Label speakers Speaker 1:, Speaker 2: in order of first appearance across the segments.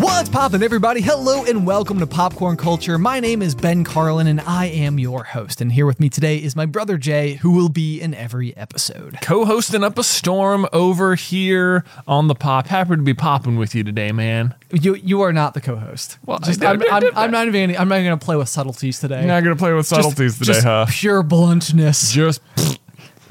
Speaker 1: What's poppin', everybody? Hello and welcome to Popcorn Culture. My name is Ben Carlin and I am your host. And here with me today is my brother Jay, who will be in every episode.
Speaker 2: co-hosting up a storm over here on the pop. Happy to be popping with you today, man.
Speaker 1: You you are not the co-host.
Speaker 2: Well,
Speaker 1: Just-
Speaker 2: I-
Speaker 1: I'm,
Speaker 2: I-
Speaker 1: I'm, I'm not even I'm not even gonna play with subtleties today.
Speaker 2: You're not gonna play with
Speaker 1: Just-
Speaker 2: subtleties today,
Speaker 1: just
Speaker 2: huh?
Speaker 1: Pure bluntness.
Speaker 2: Just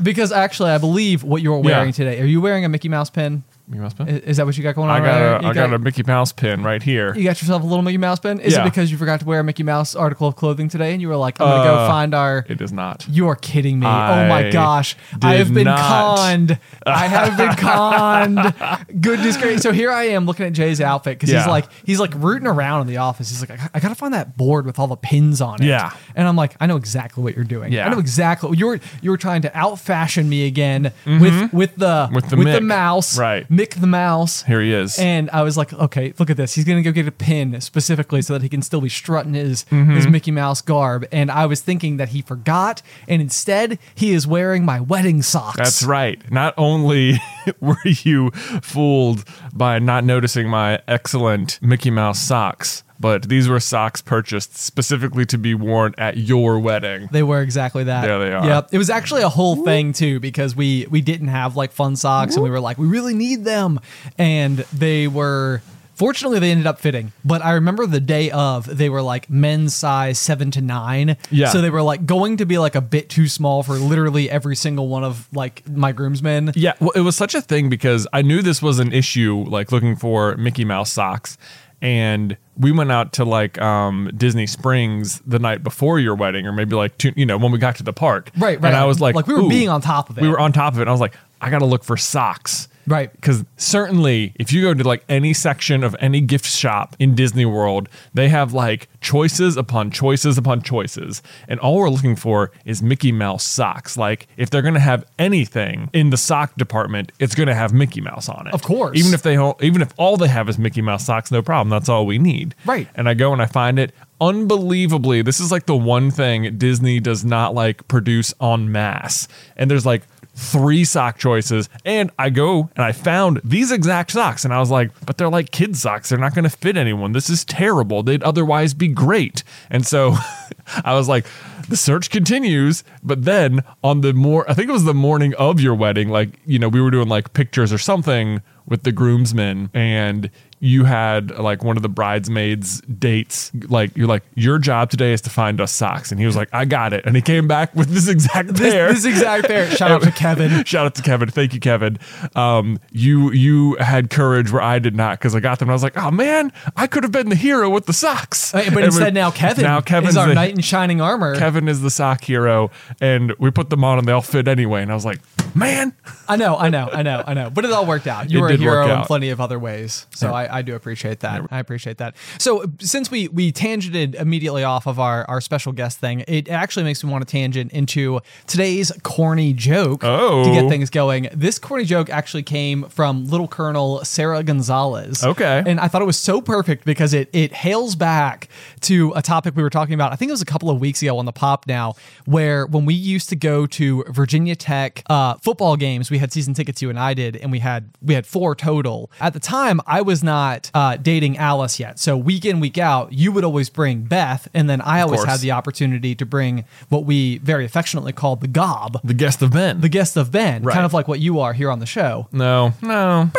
Speaker 1: Because actually, I believe what you're wearing
Speaker 2: Yeah.
Speaker 1: today. Are you wearing a Mickey Mouse pin?
Speaker 2: you must
Speaker 1: I-
Speaker 2: be.
Speaker 1: Is, that what you got going
Speaker 2: I
Speaker 1: on? right
Speaker 2: got
Speaker 1: there?
Speaker 2: a,
Speaker 1: You
Speaker 2: I got a Mickey Mouse pin right here.
Speaker 1: You got yourself a little Mickey Mouse pin? Is
Speaker 2: Yeah.
Speaker 1: it because you forgot to wear a Mickey Mouse article of clothing today and you were like, I'm gonna go
Speaker 2: Uh,
Speaker 1: find our
Speaker 2: It is not.
Speaker 1: You are kidding me. oh my
Speaker 2: I
Speaker 1: gosh. I
Speaker 2: did
Speaker 1: have been
Speaker 2: not.
Speaker 1: conned. I have been conned. Goodness gracious. So here I am looking at Jay's outfit because he's
Speaker 2: Yeah.
Speaker 1: like he's like rooting around in the office. He's like, I, I gotta find that board with all the pins on it.
Speaker 2: Yeah.
Speaker 1: And I'm like, I know exactly what you're doing.
Speaker 2: Yeah.
Speaker 1: I know exactly you were you were trying to out fashion me again with with the
Speaker 2: Mm-hmm. With the Mick.
Speaker 1: mouse.
Speaker 2: Right.
Speaker 1: Mick the mouse.
Speaker 2: Here he is.
Speaker 1: And I was like, okay, look at this. He's gonna go get a pin specifically so that he can still be strutting his his Mickey Mouse garb. And I was thinking that he forgot, and instead he is wearing my wedding socks.
Speaker 2: That's right. Not only were you fooled by not noticing my excellent Mickey Mouse socks, but these were socks purchased specifically to be worn at your wedding.
Speaker 1: They were exactly that.
Speaker 2: There they are.
Speaker 1: Yep. It was actually a whole thing too because we we didn't have like fun socks and we were like we really need them and they were fortunately they ended up fitting. But I remember the day of they were like men's size 7 to 9.
Speaker 2: Yeah.
Speaker 1: So they were like going to be like a bit too small for literally every single one of like my groomsmen.
Speaker 2: Yeah, well, it was such a thing because I knew this was an issue, like looking for Mickey Mouse socks. And we went out to like um, Disney Springs the night before your wedding, or maybe like two, you know when we got to the park.
Speaker 1: Right, right.
Speaker 2: And I was like,
Speaker 1: Like, we were
Speaker 2: "Ooh."
Speaker 1: being on top of it.
Speaker 2: We were on top of it. And I was like, I gotta look for socks.
Speaker 1: Right.
Speaker 2: Because certainly, if you go to like any section of any gift shop in Disney World, they have like choices upon choices upon choices. And all we're looking for is Mickey Mouse socks. Like, if they're going to have anything in the sock department, it's going to have Mickey Mouse on it.
Speaker 1: Of course.
Speaker 2: Even if they ho- even if all they have is Mickey Mouse socks, no problem. That's all we need.
Speaker 1: Right.
Speaker 2: And I go and I find it unbelievably. This is like the one thing Disney does not like produce en masse. And there's like three sock choices. And I go and I found these exact socks. And I was like, but they're like kid socks. They're not going to fit anyone. This is terrible. They'd otherwise be great. And so I was like, the search continues. But then on the more, I think it was the morning of your wedding, like, you know, we were doing like pictures or something with the groomsmen and you had like one of the bridesmaids dates like you're like your job today is to find us socks and he was like i got it and he came back with this exact
Speaker 1: This,
Speaker 2: pair
Speaker 1: this exact pair. Shout out to Kevin.
Speaker 2: shout out to kevin thank you kevin um you you had courage where i did not because i got them and i was like oh man i could have been the hero with the socks
Speaker 1: Uh, But
Speaker 2: And we-
Speaker 1: instead, now Kevin
Speaker 2: now kevin's
Speaker 1: is our
Speaker 2: the-
Speaker 1: knight in shining armor.
Speaker 2: kevin is the sock hero and we put them on and they all fit anyway and i was like man
Speaker 1: I know, I know, I know, I know. But it all worked out. You
Speaker 2: It
Speaker 1: were a
Speaker 2: did
Speaker 1: hero
Speaker 2: work
Speaker 1: in
Speaker 2: out.
Speaker 1: plenty of other ways. So I, I do appreciate that. I appreciate that. So uh, since we we tangented immediately off of our, our special guest thing, it actually makes me want to tangent into today's corny joke to get
Speaker 2: Oh.
Speaker 1: things going. This corny joke actually came from Little Colonel Sarah Gonzalez.
Speaker 2: Okay.
Speaker 1: And I thought it was so perfect because it it hails back to a topic we were talking about. I think it was a couple of weeks ago on the pop now, where when we used to go to Virginia Tech uh, football games, we had season tickets. You and I did, and we had we had four total. At the time, I was not uh, dating Alice yet, so week in week out, you would always bring Beth, and then I always
Speaker 2: course.
Speaker 1: had the opportunity to bring what we very affectionately called the gob.
Speaker 2: the guest of ben
Speaker 1: The guest of Ben,
Speaker 2: Right.
Speaker 1: kind of like what you are here on the show.
Speaker 2: No, no,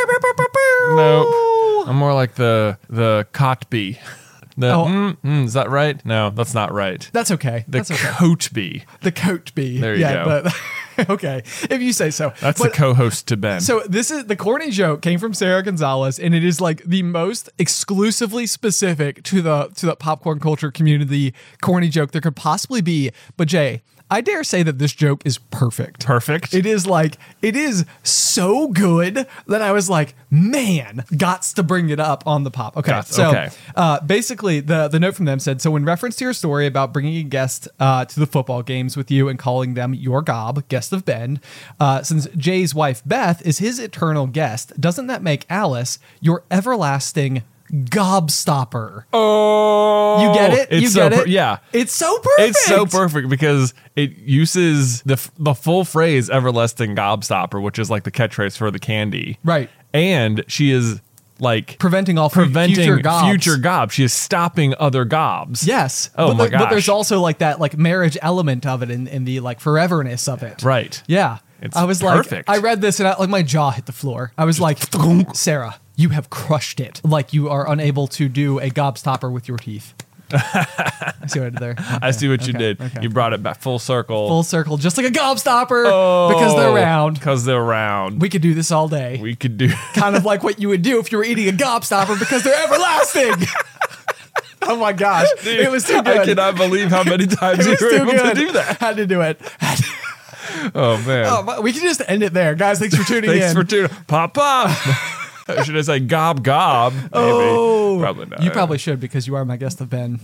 Speaker 2: nope. I'm more like the the cot bee. The,
Speaker 1: Oh.
Speaker 2: mm, mm, is that right? No, that's not right.
Speaker 1: That's okay.
Speaker 2: The
Speaker 1: That's okay.
Speaker 2: coat bee.
Speaker 1: the coat bee.
Speaker 2: There you go.
Speaker 1: But, okay, if you say so.
Speaker 2: That's
Speaker 1: But-
Speaker 2: the co-host to Ben.
Speaker 1: So this is the corny joke came from Sarah Gonzalez, and it is like the most exclusively specific to the to the popcorn culture community corny joke there could possibly be. But Jay, I dare say that this joke is perfect.
Speaker 2: Perfect.
Speaker 1: It is like it is so good that I was like, man, gots to bring it up on the pop. Okay,
Speaker 2: Gots,
Speaker 1: so
Speaker 2: okay.
Speaker 1: Uh, basically, the the note from them said so in reference to your story about bringing a guest uh, to the football games with you and calling them your gob guest of Bend, uh, since Jay's wife Beth is his eternal guest, doesn't that make Alice your everlasting gobstopper?
Speaker 2: Oh,
Speaker 1: you get it?
Speaker 2: It's
Speaker 1: you
Speaker 2: so
Speaker 1: get
Speaker 2: per-
Speaker 1: it?
Speaker 2: yeah.
Speaker 1: it's so perfect.
Speaker 2: It's so perfect because it uses the f- the full phrase "everlasting gobstopper," which is like the catchphrase for the candy,
Speaker 1: Right.
Speaker 2: And she is like
Speaker 1: Preventing all fu-
Speaker 2: preventing
Speaker 1: future gobs.
Speaker 2: gobs. She is stopping other gobs.
Speaker 1: Yes.
Speaker 2: Oh
Speaker 1: but
Speaker 2: my
Speaker 1: there- But
Speaker 2: gosh.
Speaker 1: there's also like that like marriage element of it and, and the like foreverness of it.
Speaker 2: Right.
Speaker 1: Yeah.
Speaker 2: It's
Speaker 1: I was
Speaker 2: perfect.
Speaker 1: like, I read this and I, like my jaw hit the floor. I was like, Sarah, you have crushed it. Like you are unable to do a gobstopper with your teeth. I see what I did there.
Speaker 2: I see what you
Speaker 1: Okay,
Speaker 2: did.
Speaker 1: okay.
Speaker 2: You brought it back full circle.
Speaker 1: Full circle, just like a gobstopper because they're round.
Speaker 2: Because they're round.
Speaker 1: We could do this all day.
Speaker 2: Oh. we could do.
Speaker 1: kind of like what you would do if you were eating a gobstopper because they're everlasting. oh my gosh. it was too good.
Speaker 2: I cannot believe how many times
Speaker 1: It
Speaker 2: you
Speaker 1: was
Speaker 2: were
Speaker 1: too
Speaker 2: able
Speaker 1: good.
Speaker 2: to do that.
Speaker 1: Had to do it. Had to-
Speaker 2: Oh man.
Speaker 1: Oh, but we can just end it there, guys. Thanks for tuning
Speaker 2: Thanks
Speaker 1: in.
Speaker 2: for tuning. Pop pop. Should I say gob gob? Maybe.
Speaker 1: Oh,
Speaker 2: probably not.
Speaker 1: You probably should because you are my guest of Ben.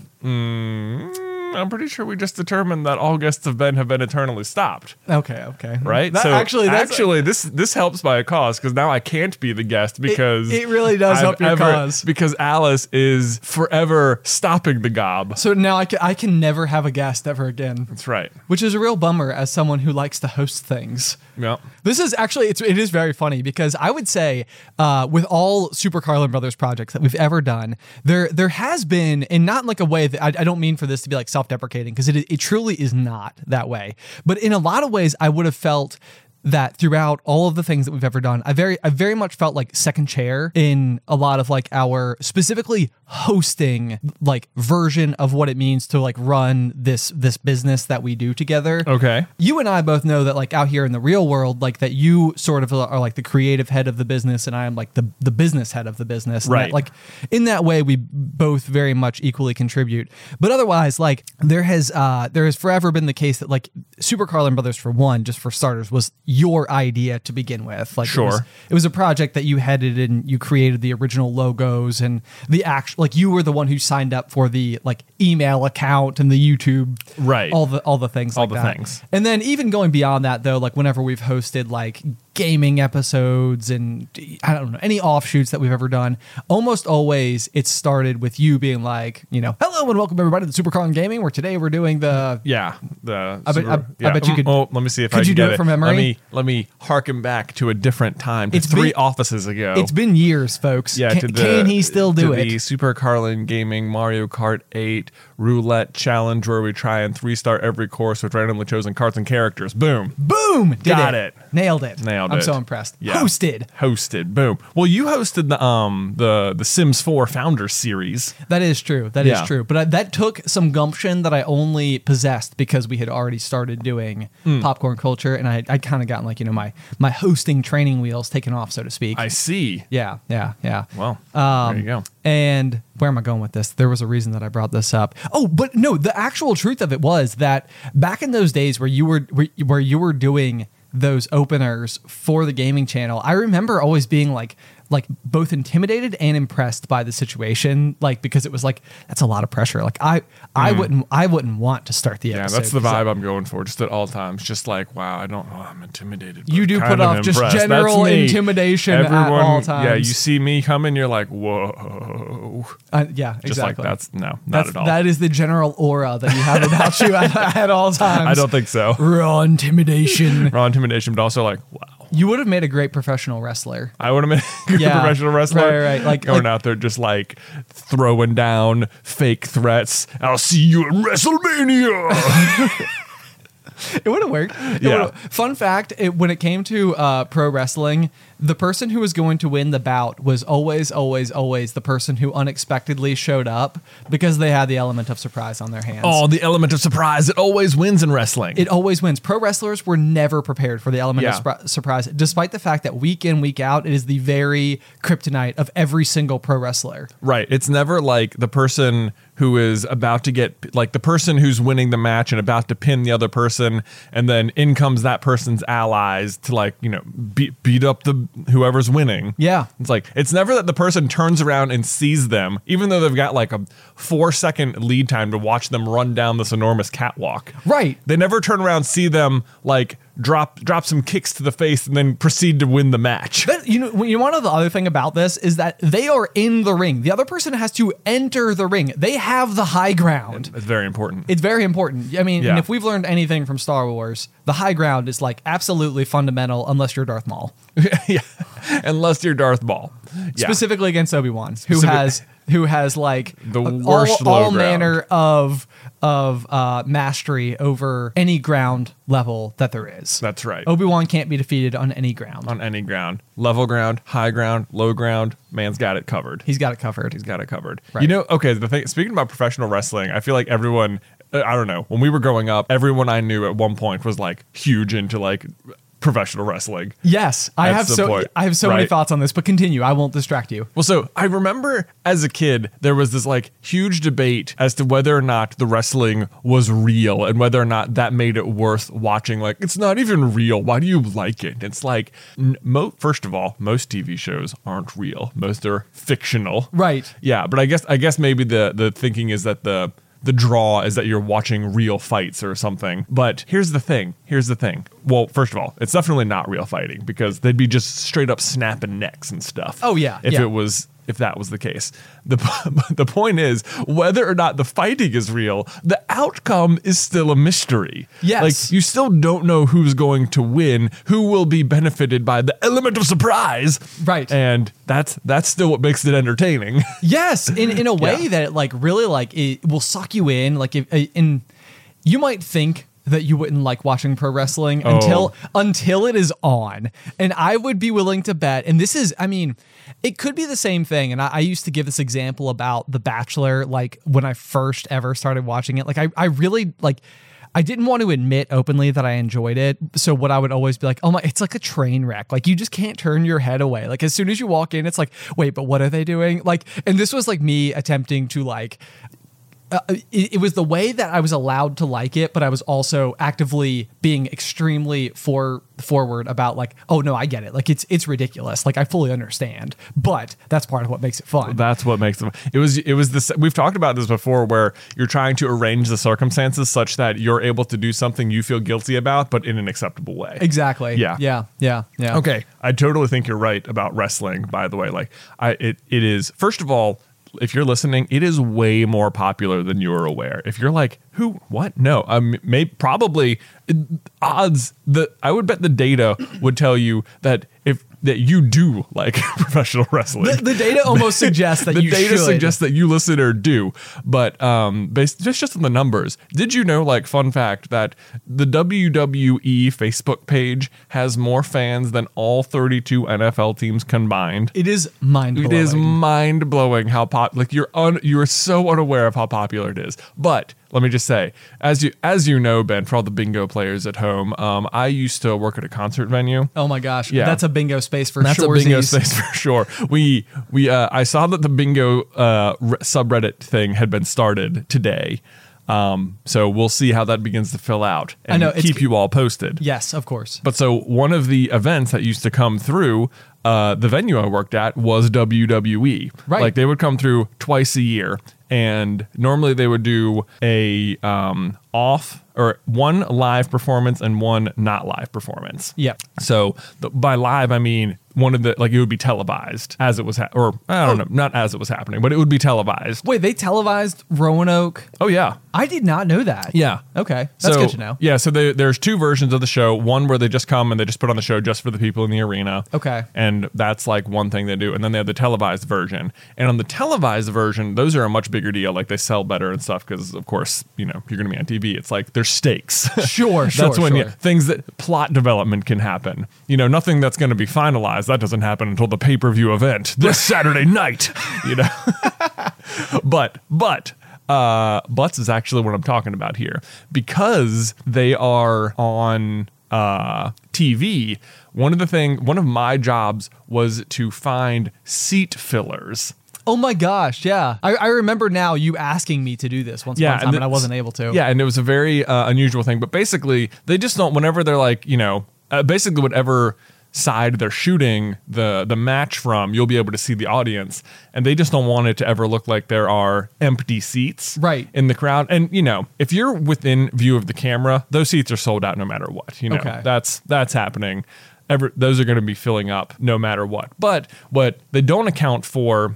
Speaker 2: Mm, I'm pretty sure we just determined that all guests of Ben have been eternally stopped,
Speaker 1: Okay, okay.
Speaker 2: right?
Speaker 1: That, actually, that's
Speaker 2: actually this this helps by a cause because now I can't be the guest because
Speaker 1: it really does help your cause.
Speaker 2: because Alice is forever stopping the gob.
Speaker 1: so now I can, I can never have a guest ever again,
Speaker 2: That's right.
Speaker 1: which is a real bummer as someone who likes to host things.
Speaker 2: Yeah.
Speaker 1: This is actually it's, it is very funny because I would say uh, with all Super Carlin Brothers projects that we've ever done, there there has been and not in like a way that I, I don't mean for this to be like self deprecating because it it truly is not that way. But in a lot of ways, I would have felt that throughout all of the things that we've ever done, I very I very much felt like second chair in a lot of like our specifically hosting like version of what it means to like run this this business that we do together
Speaker 2: Okay.
Speaker 1: you and I both know that like out here in the real world, like that you sort of are like the creative head of the business and I am like the, the business head of the business. And that,
Speaker 2: Right.
Speaker 1: like in that way, we both very much equally contribute. But otherwise, like there has uh there has forever been the case that like Super Carlin Brothers for one, just for starters, was your idea to begin with. Like it was-
Speaker 2: Sure.
Speaker 1: it was a project that you headed and you created the original logos and the actual like you were the one who signed up for the like email account and the YouTube
Speaker 2: Right.
Speaker 1: all the all the things
Speaker 2: All
Speaker 1: like
Speaker 2: the
Speaker 1: that.
Speaker 2: things.
Speaker 1: And then even going beyond that though, like whenever we've hosted like gaming episodes and I don't know, any offshoots that we've ever done, almost always it started with you being like, you know, hello and welcome everybody to Supercon Gaming where today we're doing the
Speaker 2: Yeah. The
Speaker 1: I bet- I- I bet you
Speaker 2: Mm,
Speaker 1: could-
Speaker 2: Oh, let me see if I
Speaker 1: could
Speaker 2: can
Speaker 1: you do
Speaker 2: get
Speaker 1: it from memory?
Speaker 2: Let me let me harken back to a different time. To
Speaker 1: It's
Speaker 2: three
Speaker 1: been-
Speaker 2: offices ago.
Speaker 1: It's been years, folks.
Speaker 2: yeah,
Speaker 1: can,
Speaker 2: to the,
Speaker 1: can he still do
Speaker 2: to
Speaker 1: it?
Speaker 2: The Super Carlin Gaming Mario Kart 8 roulette challenge where we try and three star every course with randomly chosen cards and characters. Boom.
Speaker 1: Boom! Did
Speaker 2: Got it.
Speaker 1: Nailed it.
Speaker 2: Nailed
Speaker 1: I'm
Speaker 2: it.
Speaker 1: so impressed.
Speaker 2: Yeah.
Speaker 1: Hosted.
Speaker 2: Hosted. Boom. Well, you hosted the um the the Sims 4 Founder series.
Speaker 1: That is true. That is
Speaker 2: Yeah.
Speaker 1: true. But I, that took some gumption that I only possessed because we had already started doing
Speaker 2: Hmm.
Speaker 1: popcorn culture, and I I kind of gotten like you know my my hosting training wheels taken off, so to speak.
Speaker 2: I see.
Speaker 1: yeah, yeah, yeah.
Speaker 2: Well,
Speaker 1: Um,
Speaker 2: there you go.
Speaker 1: And where am I going with this? There was a reason that I brought this up. Oh, but no, the actual truth of it was that back in those days where you were where you- where you were doing those openers for the gaming channel, I remember always being like like both intimidated and impressed by the situation, like because it was like that's a lot of pressure. Like I I wouldn't I wouldn't want to start the
Speaker 2: Hmm. Yeah,
Speaker 1: episode.
Speaker 2: that's the
Speaker 1: 'cause I-
Speaker 2: vibe I'm going for, just at all times. Just like, wow, I don't know, I'm intimidated. but
Speaker 1: You do
Speaker 2: kind
Speaker 1: put
Speaker 2: of
Speaker 1: off just
Speaker 2: impressed. That's
Speaker 1: general
Speaker 2: me.
Speaker 1: intimidation at all
Speaker 2: Yeah, you
Speaker 1: times.
Speaker 2: see me coming, you're like, whoa.
Speaker 1: Uh, yeah, exactly.
Speaker 2: Just like that's no, not
Speaker 1: That's-
Speaker 2: at all.
Speaker 1: That is the general aura that you have about you at, at all times.
Speaker 2: I don't think so.
Speaker 1: raw intimidation.
Speaker 2: raw intimidation, but also like, wow.
Speaker 1: you would have made a great professional wrestler.
Speaker 2: I would have been a good
Speaker 1: Yeah.
Speaker 2: professional wrestler.
Speaker 1: Right, right, right. Like-
Speaker 2: going
Speaker 1: like-
Speaker 2: out there just like throwing down fake threats. I'll see you at WrestleMania.
Speaker 1: It would have worked. It
Speaker 2: Yeah.
Speaker 1: would've- Fun fact: it, when it came to uh, pro wrestling, the person who was going to win the bout was always, always, always the person who unexpectedly showed up because they had the element of surprise on their hands.
Speaker 2: oh, the element of surprise. It always wins in wrestling.
Speaker 1: it always wins. Pro wrestlers were never prepared for the element
Speaker 2: Yeah.
Speaker 1: of surpri- surprise, despite the fact that week in, week out, it is the very kryptonite of every single pro wrestler.
Speaker 2: right. It's never like the person who is about to get like the person who's winning the match and about to pin the other person, and then in comes that person's allies to like you know beat beat up the whoever's winning.
Speaker 1: Yeah.
Speaker 2: It's like it's never that the person turns around and sees them, even though they've got like a four second lead time to watch them run down this enormous catwalk.
Speaker 1: Right.
Speaker 2: They never turn around, see them like drop drop some kicks to the face, and then proceed to win the match.
Speaker 1: That, you know, when you want to know the other thing about this is that they are in the ring. The other person has to enter the ring. They have the high ground.
Speaker 2: It's very important.
Speaker 1: It's very important. I mean,
Speaker 2: Yeah.
Speaker 1: and if we've learned anything from Star Wars, the high ground is like absolutely fundamental, unless you're Darth Maul,
Speaker 2: yeah. Unless you're Darth Maul. Yeah.
Speaker 1: specifically against Obi Wan, who
Speaker 2: Specific-
Speaker 1: has who has like
Speaker 2: The
Speaker 1: all-
Speaker 2: worst
Speaker 1: all,
Speaker 2: low ground.
Speaker 1: manner of of uh, mastery over any ground level that there is.
Speaker 2: That's right.
Speaker 1: Obi Wan can't be defeated on any ground.
Speaker 2: on any ground, level ground, high ground, low ground, man's got it covered.
Speaker 1: He's got it covered.
Speaker 2: He's got it covered.
Speaker 1: Right.
Speaker 2: You know, okay, the thing speaking about professional wrestling, I feel like everyone uh, I don't know, when we were growing up, everyone I knew at one point was like huge into like professional wrestling.
Speaker 1: Yes, I have
Speaker 2: That's the
Speaker 1: so
Speaker 2: point,
Speaker 1: I have so many
Speaker 2: right?
Speaker 1: thoughts on this, but continue. I won't distract you.
Speaker 2: Well, so I remember as a kid, there was this like huge debate as to whether or not the wrestling was real and whether or not that made it worth watching. Like, it's not even real. Why do you like it? It's like, n- mo- first of all, most TV shows aren't real, most are fictional.
Speaker 1: Right.
Speaker 2: Yeah, but I guess I guess maybe the the thinking is that the the draw is that you're watching real fights or something. But here's the thing. Here's the thing. Well, first of all, it's definitely not real fighting because they'd be just straight up snapping necks and stuff.
Speaker 1: Oh, yeah,
Speaker 2: If
Speaker 1: yeah.
Speaker 2: it was if that was the case. The p- the point is whether or not the fighting is real, the outcome is still a mystery.
Speaker 1: Yes.
Speaker 2: Like you still don't know who's going to win, who will be benefited by the element of surprise.
Speaker 1: Right.
Speaker 2: And that's that's still what makes it entertaining.
Speaker 1: Yes, in in a way
Speaker 2: Yeah.
Speaker 1: that it like really like it will suck you in. Like if uh, in you might think that you wouldn't like watching pro wrestling until until it is on. And I would be willing to bet. And this is, I mean, it could be the same thing. And I, I used to give this example about The Bachelor, like when I first ever started watching it. Like I I really like. I didn't want to admit openly that I enjoyed it. So what I would always be like, oh my, it's like a train wreck. Like you just can't turn your head away. Like as soon as you walk in, it's like, wait, but what are they doing? Like, and this was like me attempting to like uh, it, it was the way that I was allowed to like it, but I was also actively being extremely for forward about like, oh no, I get it. Like it's it's ridiculous. Like I fully understand, but that's part of what makes it fun.
Speaker 2: That's what makes them. It was it was this. We've talked about this before, where you're trying to arrange the circumstances such that you're able to do something you feel guilty about, but in an acceptable way.
Speaker 1: exactly.
Speaker 2: Yeah.
Speaker 1: Yeah. Yeah. Yeah.
Speaker 2: Okay, I totally think you're right about wrestling. By the way, like I, it, it is. First of all, if you're listening, it is way more popular than you're aware. If you're like, who, what? No, um, may probably odds the I would bet the data would tell you that if that you do like professional wrestling.
Speaker 1: The, the data almost suggests that
Speaker 2: the
Speaker 1: you
Speaker 2: data
Speaker 1: should.
Speaker 2: suggests that you listener do, but um, based just just on the numbers, did you know? Like fun fact that the WWE Facebook page has more fans than all 32 NFL teams combined.
Speaker 1: it is mind.
Speaker 2: It is mind blowing how pop like you're un you are so unaware of how popular it is. But let me just say, as you as you know, Ben, for all the bingo players at home, um, I used to work at a concert venue.
Speaker 1: oh my gosh.
Speaker 2: Yeah.
Speaker 1: That's a bingo space for
Speaker 2: That's
Speaker 1: sure.
Speaker 2: a bingo space for sure. We we uh, I saw that the bingo uh, re- subreddit thing had been started today, um, so we'll see how that begins to fill out and
Speaker 1: know, it's-
Speaker 2: keep you all posted.
Speaker 1: Yes, of course.
Speaker 2: But so one of the events that used to come through uh, the venue I worked at was WWE.
Speaker 1: Right.
Speaker 2: Like they would come through twice a year, and normally they would do a um, off or one live performance and one not live performance.
Speaker 1: Yep.
Speaker 2: So the, by live, I mean one of the like it would be televised as it was, ha- or I
Speaker 1: Oh.
Speaker 2: don't know, not as it was happening, but it would be televised.
Speaker 1: Wait, they televised Roanoke.
Speaker 2: Oh yeah,
Speaker 1: I did not know that.
Speaker 2: yeah.
Speaker 1: Okay. That's
Speaker 2: so,
Speaker 1: good to know.
Speaker 2: Yeah, so they, there's two versions of the show. One where they just come and they just put on the show just for the people in the arena.
Speaker 1: Okay.
Speaker 2: And that's like one thing they do. And then they have the televised version. And on the televised version, those are a much bigger deal. Like they sell better and stuff because, of course, you know, you're going to be on TV. It's like there's stakes.
Speaker 1: Sure, sure.
Speaker 2: that's when
Speaker 1: sure.
Speaker 2: yeah, things that plot development can happen. You know, nothing that's going to be finalized. That doesn't happen until the pay per view event this Saturday night. You know, but but uh, butts is actually what I'm talking about here because they are on uh, TV. One of the thing, one of my jobs was to find seat fillers.
Speaker 1: Oh my gosh, yeah. I, I remember now you asking me to do this once upon a time and I
Speaker 2: that's-
Speaker 1: wasn't able to.
Speaker 2: Yeah, and it was a very uh, unusual thing. But basically, they just don't. Whenever they're like, you know, uh, basically whatever side they're shooting the the match from, you'll be able to see the audience, and they just don't want it to ever look like there are empty seats
Speaker 1: Right.
Speaker 2: in the crowd. And you know, if you're within view of the camera, those seats are sold out no matter what. You know,
Speaker 1: Okay.
Speaker 2: that's that's happening. Ever, those are going to be filling up no matter what. But what they don't account for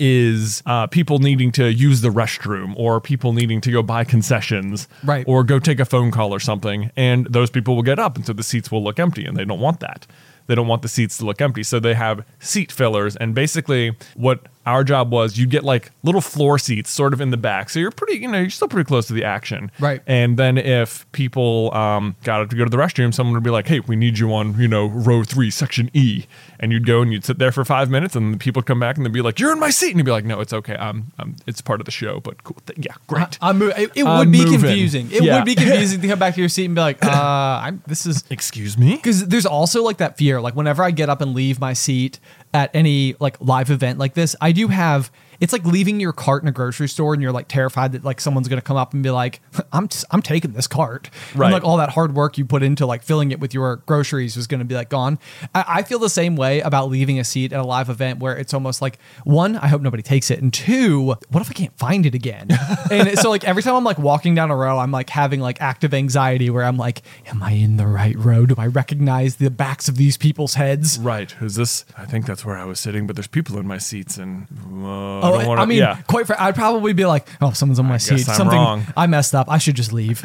Speaker 2: is uh, people needing to use the restroom or people needing to go buy concessions
Speaker 1: Right.
Speaker 2: or go take a phone call or something. And those people will get up. And so the seats will look empty and they don't want that. They don't want the seats to look empty. So they have seat fillers. And basically, what our job was, you get like little floor seats sort of in the back. So you're pretty, you know, you're still pretty close to the action.
Speaker 1: Right.
Speaker 2: And then if people um, got up to go to the restroom, someone would be like, hey, we need you on, you know, row three, section E. And you'd go and you'd sit there for five minutes and the people come back and they'd be like, you're in my seat. And you'd be like, no, it's okay. Um, um, it's part of the show, but cool. Th- yeah, great.
Speaker 1: I, am it, it
Speaker 2: I'm
Speaker 1: would be
Speaker 2: moving.
Speaker 1: confusing. It
Speaker 2: Yeah.
Speaker 1: would be confusing to come back to your seat and be like, uh, I'm, this is
Speaker 2: Excuse me?
Speaker 1: because there's also like that fear like whenever i get up and leave my seat at any like live event like this i do have it's like leaving your cart in a grocery store and you're like terrified that like someone's gonna come up and be like i'm t- i'm taking this cart And,
Speaker 2: Right.
Speaker 1: like all that hard work you put into like filling it with your groceries was gonna be like gone I-, I feel the same way about leaving a seat at a live event where it's almost like one i hope nobody takes it and two what if i can't find it again and so like every time i'm like walking down a row i'm like having like active anxiety where i'm like am i in the right row do i recognize the backs of these people's heads
Speaker 2: Right. Who's this? I think that's where I was sitting, but there's people in my seats, and uh, I
Speaker 1: Oh,
Speaker 2: don't want to.
Speaker 1: I mean,
Speaker 2: yeah.
Speaker 1: quite. Fr- I'd probably be like, "Oh, someone's on my seat.
Speaker 2: I'm
Speaker 1: Something
Speaker 2: wrong."
Speaker 1: I messed up. I should just leave."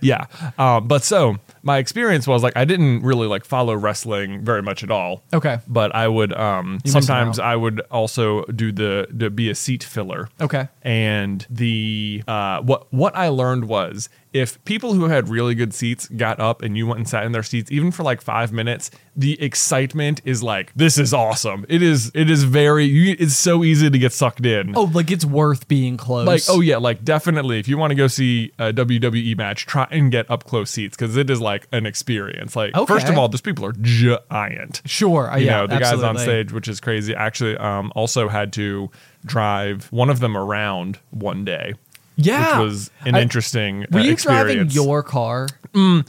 Speaker 2: yeah. Um, but so my experience was like I didn't really like follow wrestling very much at all.
Speaker 1: Okay.
Speaker 2: But I would um,
Speaker 1: missed
Speaker 2: sometimes
Speaker 1: out.
Speaker 2: I would also do the to be a seat filler.
Speaker 1: Okay.
Speaker 2: And the uh, what what I learned was if people who had really good seats got up and you went and sat in their seats even for like five minutes, the excitement is like this is awesome. It is it is very you, it's so easy to get sucked in.
Speaker 1: oh, like it's worth being close.
Speaker 2: Like, oh yeah, like definitely. If you want to go see a WWE match, try and get up close seats because it is like an experience. Like, first
Speaker 1: Okay.
Speaker 2: of all, those people are giant.
Speaker 1: sure.
Speaker 2: You
Speaker 1: yeah,
Speaker 2: know, the guys on
Speaker 1: absolutely.
Speaker 2: stage, which is crazy. Actually, um, also had to drive one of them around one day.
Speaker 1: Yeah.
Speaker 2: which was an
Speaker 1: I-
Speaker 2: interesting.
Speaker 1: Were
Speaker 2: uh,
Speaker 1: you driving
Speaker 2: experience.
Speaker 1: your car?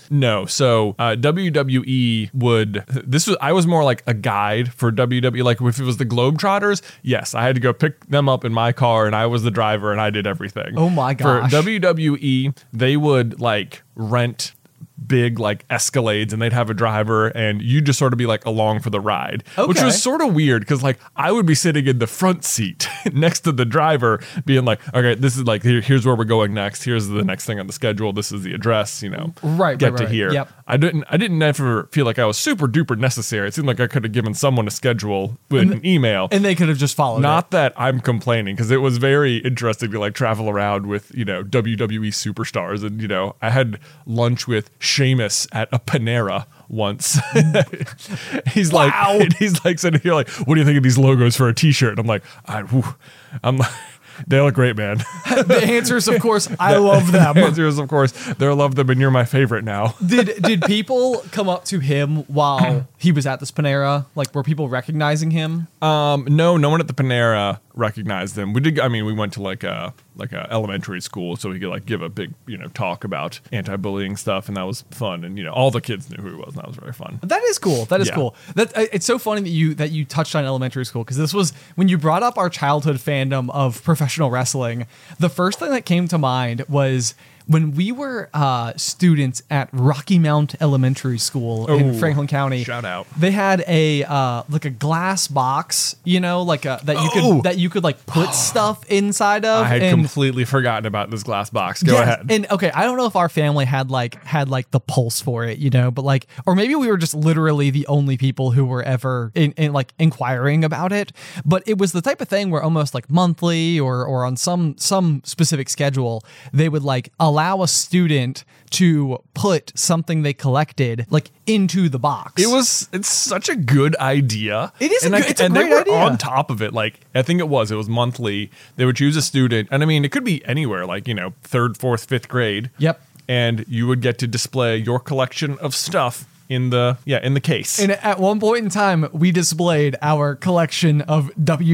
Speaker 2: No, so uh, WWE would. This was I was more like a guide for WWE. Like if it was the Globetrotters, yes, I had to go pick them up in my car, and I was the driver, and I did everything.
Speaker 1: Oh my gosh.
Speaker 2: For WWE, they would like rent big like Escalades, and they'd have a driver, and you just sort of be like along for the ride, which
Speaker 1: Okay.
Speaker 2: was sort of weird because like I would be sitting in the front seat next to the driver, being like, okay, this is like here, here's where we're going next. Here's the next thing on the schedule. This is the address. You know
Speaker 1: Right,
Speaker 2: get
Speaker 1: right,
Speaker 2: to
Speaker 1: right.
Speaker 2: here.
Speaker 1: Yep.
Speaker 2: I didn't. I didn't ever feel like I was super duper necessary. It seemed like I could have given someone a schedule with an email.
Speaker 1: And they could have just followed. it.
Speaker 2: Not that I'm complaining, because it was very interesting to like travel around with you know WWE superstars, and you know I had lunch with Sheamus at a Panera once. he's
Speaker 1: Wow.
Speaker 2: like, and he's like sitting here like, what do you think of these logos for a T-shirt? And I'm like, I, whew, I'm like, they look great, man.
Speaker 1: the answer is, of course, I love them.
Speaker 2: Answer is, of course, they are love them, and you're my favorite now.
Speaker 1: Did did people come up to him while he was at this Panera? Like, were people recognizing him?
Speaker 2: Um, no, no one at the Panera recognized them. We did. I mean, we went to like a like a elementary school, so we could like give a big you know talk about anti-bullying stuff, and that was fun. And you know, all the kids knew who he was, and that was very fun.
Speaker 1: That is cool. That is
Speaker 2: Yeah.
Speaker 1: cool. That uh, it's so funny that you that you touched on elementary school because this was when you brought up our childhood fandom of professional wrestling. The first thing that came to mind was when we were uh, students at Rocky Mount Elementary School in
Speaker 2: Ooh,
Speaker 1: Franklin County.
Speaker 2: shout out.
Speaker 1: They had a uh, like a glass box, you know, like a, that you
Speaker 2: Oh.
Speaker 1: could that you could like put stuff inside of.
Speaker 2: I had
Speaker 1: and-
Speaker 2: completely forgotten about this glass box. Go
Speaker 1: Yes,
Speaker 2: ahead.
Speaker 1: And okay, I don't know if our family had like had like the pulse for it, you know, but like, or maybe we were just literally the only people who were ever in, in like inquiring about it. But it was the type of thing where almost like monthly or or on some some specific schedule, they would like allow a student to put something they collected like into the box.
Speaker 2: It was it's such a good idea.
Speaker 1: It is a
Speaker 2: and
Speaker 1: good- it's a
Speaker 2: and they
Speaker 1: great
Speaker 2: were
Speaker 1: idea.
Speaker 2: on top of it. Like I think it was. It was monthly. They would choose a student, and I mean it could be anywhere, like, you know, third, fourth, fifth grade.
Speaker 1: Yep.
Speaker 2: And you would get to display your collection of stuff in the yeah in the case.
Speaker 1: And at one point in time, we displayed our collection of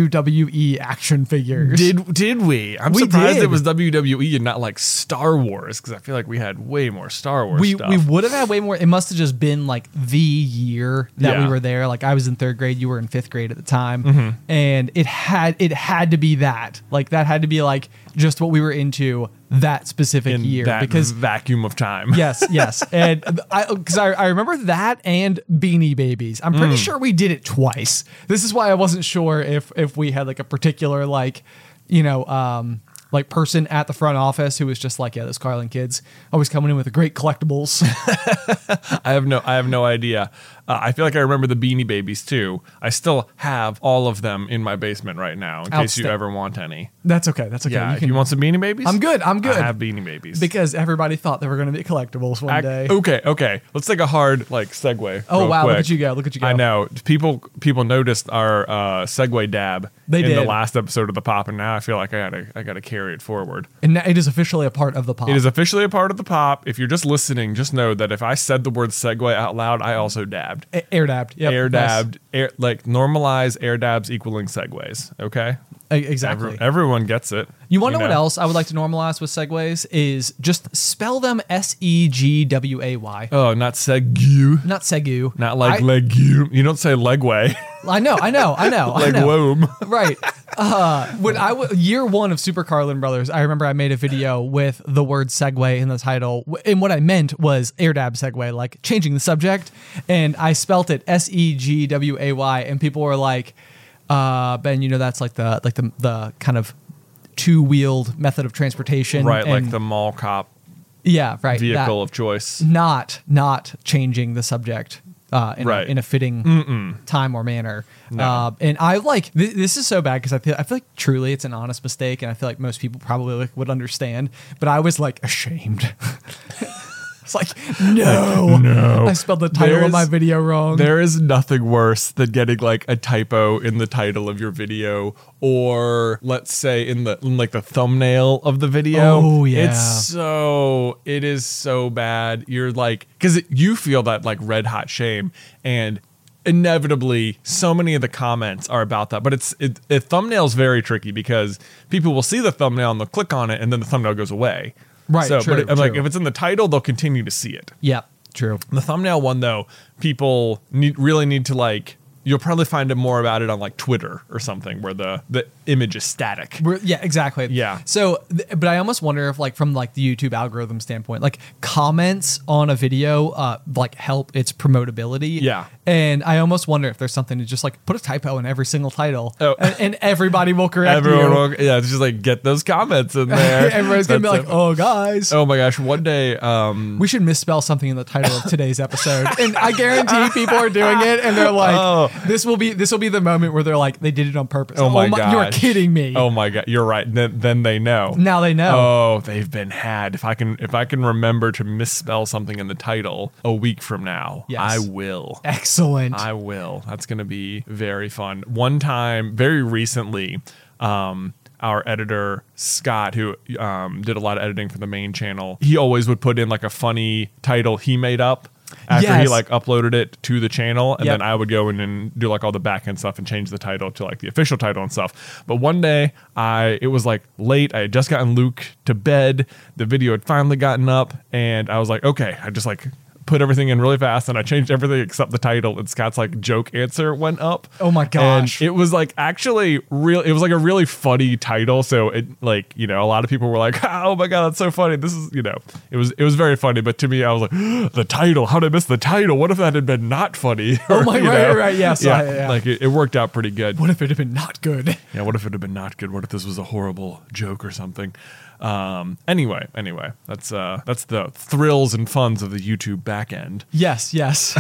Speaker 1: WWE action figures.
Speaker 2: did did we? I'm
Speaker 1: We
Speaker 2: surprised
Speaker 1: did.
Speaker 2: it was WWE and not like Star Wars because I feel like we had way more Star Wars
Speaker 1: we
Speaker 2: stuff.
Speaker 1: we would have had way more. It must have just been like the year that
Speaker 2: Yeah. Mm-hmm.
Speaker 1: we were there. Like I was in third grade, you were in fifth grade at the time, and it had it had to be that. Like that had to be like just what we were into that specific
Speaker 2: in
Speaker 1: year
Speaker 2: that
Speaker 1: because.
Speaker 2: vacuum of time.
Speaker 1: Yes, yes, and I because I, I remember that and Beanie Babies. I'm
Speaker 2: Mm.
Speaker 1: pretty sure we did it twice. This is why I wasn't sure if if we had like a particular like, you know, um, like person at the front office who was just like, yeah, those Carlin kids always coming in with the great collectibles.
Speaker 2: I have no I have no idea. Uh, I feel like I remember the Beanie Babies too. I still have all of them in my basement right now in case you
Speaker 1: Outsta-
Speaker 2: ever want any.
Speaker 1: That's okay. That's okay.
Speaker 2: Yeah,
Speaker 1: you
Speaker 2: if
Speaker 1: can,
Speaker 2: you want some Beanie Babies,
Speaker 1: I'm good. I'm good.
Speaker 2: I have Beanie Babies.
Speaker 1: because everybody thought they were going to be collectibles one
Speaker 2: Ac-
Speaker 1: day.
Speaker 2: okay, okay. Let's take a hard like segue.
Speaker 1: Oh,
Speaker 2: real
Speaker 1: wow, look
Speaker 2: quick.
Speaker 1: at you go, look at you go.
Speaker 2: I know people people noticed our uh, segue dab
Speaker 1: They
Speaker 2: in the
Speaker 1: did.
Speaker 2: last episode of the pop, and now I feel like I gotta I gotta carry it forward.
Speaker 1: And now it is officially a part of the pop.
Speaker 2: It is officially a part of the pop. If you're just listening, just know that if I said the word segue out loud, I also dabbed.
Speaker 1: A- air dabbed. Yep, E-
Speaker 2: air
Speaker 1: nice.
Speaker 2: dabbed, air, like normalize air dabs equaling segues. Okay,
Speaker 1: E- Exactly.
Speaker 2: Every- everyone gets it.
Speaker 1: you want to know what
Speaker 2: know?
Speaker 1: else I would like to normalize with segues is just spell them S E G W A Y,
Speaker 2: Oh, not segue,
Speaker 1: not segu.
Speaker 2: not like
Speaker 1: I,
Speaker 2: legume. You don't say legway,
Speaker 1: I know. I know. I know. I
Speaker 2: like
Speaker 1: know.
Speaker 2: womb.
Speaker 1: right. Uh, when I w- year one of Super Carlin Brothers, I remember I made a video with the word segue in the title, w- and what I meant was air dab segue, like changing the subject, and I spelt it S E G W A Y, and people were like, uh, "Ben, you know that's like the like the the kind of two wheeled method of transportation,
Speaker 2: Right, like
Speaker 1: and-
Speaker 2: the mall cop
Speaker 1: yeah, right that-
Speaker 2: vehicle of choice.
Speaker 1: not not changing the subject uh, in,
Speaker 2: Right.
Speaker 1: a, in a fitting time or manner. Uh, and I like th- this is so bad because I feel I feel like truly it's an honest mistake, and I feel like most people probably like, would understand. But I was like ashamed. it's like no, no, I spelled the title
Speaker 2: There's-
Speaker 1: of my video wrong.
Speaker 2: There is nothing worse than getting like a typo in the title of your video, or let's say in the in like the thumbnail of the video.
Speaker 1: Oh, yeah.
Speaker 2: it's so it is so bad. You're like because you feel that like red hot shame and. Inevitably, so many of the comments are about that, but it's it, it thumbnail's very tricky because people will see the thumbnail and they'll click on it, and then the thumbnail goes away.
Speaker 1: Right,
Speaker 2: So,
Speaker 1: true,
Speaker 2: but it- I'm like,
Speaker 1: true.
Speaker 2: if it's in the title, they'll continue to see it.
Speaker 1: yeah, true.
Speaker 2: The thumbnail one though, people need really need to like. You'll probably find it more about it on like Twitter or something, where the the image is static.
Speaker 1: We're- yeah, exactly.
Speaker 2: Yeah.
Speaker 1: So, th- but I almost wonder if, like, from like the YouTube algorithm standpoint, like comments on a video, uh, like help its promotability.
Speaker 2: Yeah.
Speaker 1: And I almost wonder if there's something to just like put a typo in every single title,
Speaker 2: Oh.
Speaker 1: and, and everybody will correct
Speaker 2: Everyone,
Speaker 1: you.
Speaker 2: will, yeah, it's just like get those comments in there.
Speaker 1: Everybody's gonna be
Speaker 2: That's
Speaker 1: like, "Oh, guys."
Speaker 2: it. oh my gosh, one day, um,
Speaker 1: We should misspell something in the title of today's episode, and I guarantee people are doing it, and they're like, "This will be this will be the moment where they're like, they did it on purpose."
Speaker 2: oh my,
Speaker 1: you're
Speaker 2: gosh.
Speaker 1: kidding me!
Speaker 2: Oh my god, you're right. Then, then they know.
Speaker 1: now they know.
Speaker 2: Oh, they've been had. If I can, if I can remember to misspell something in the title a week from now,
Speaker 1: Yes.
Speaker 2: I will.
Speaker 1: Excellent.
Speaker 2: I will. That's going to be very fun. One time, very recently, um, our editor Scott, who um, did a lot of editing for the main channel, he always would put in like a funny title he made up after he
Speaker 1: Yes.
Speaker 2: like uploaded it to the channel, and
Speaker 1: Yep.
Speaker 2: then I would go in and do like all the back end stuff and change the title to like the official title and stuff. But one day, I it was like late. I had just gotten Luke to bed. The video had finally gotten up, and I was like, okay, I just like put everything in really fast and I changed everything except the title and Scott's like joke answer went up.
Speaker 1: Oh my gosh.
Speaker 2: And it was like actually real it was like a really funny title so it like you know a lot of people were like oh my god that's so funny this is you know it was it was very funny but to me I was like the title how did I miss the title what if that had been not funny
Speaker 1: Oh my-
Speaker 2: You
Speaker 1: right, right, right. Yes,
Speaker 2: yeah,
Speaker 1: yeah, yeah.
Speaker 2: like it, it worked out pretty good
Speaker 1: what if it had been not good?
Speaker 2: yeah, what if it had been not good? What if this was a horrible joke or something? Um, anyway, anyway, that's uh, that's the thrills and funs of the YouTube back end.
Speaker 1: Yes, yes.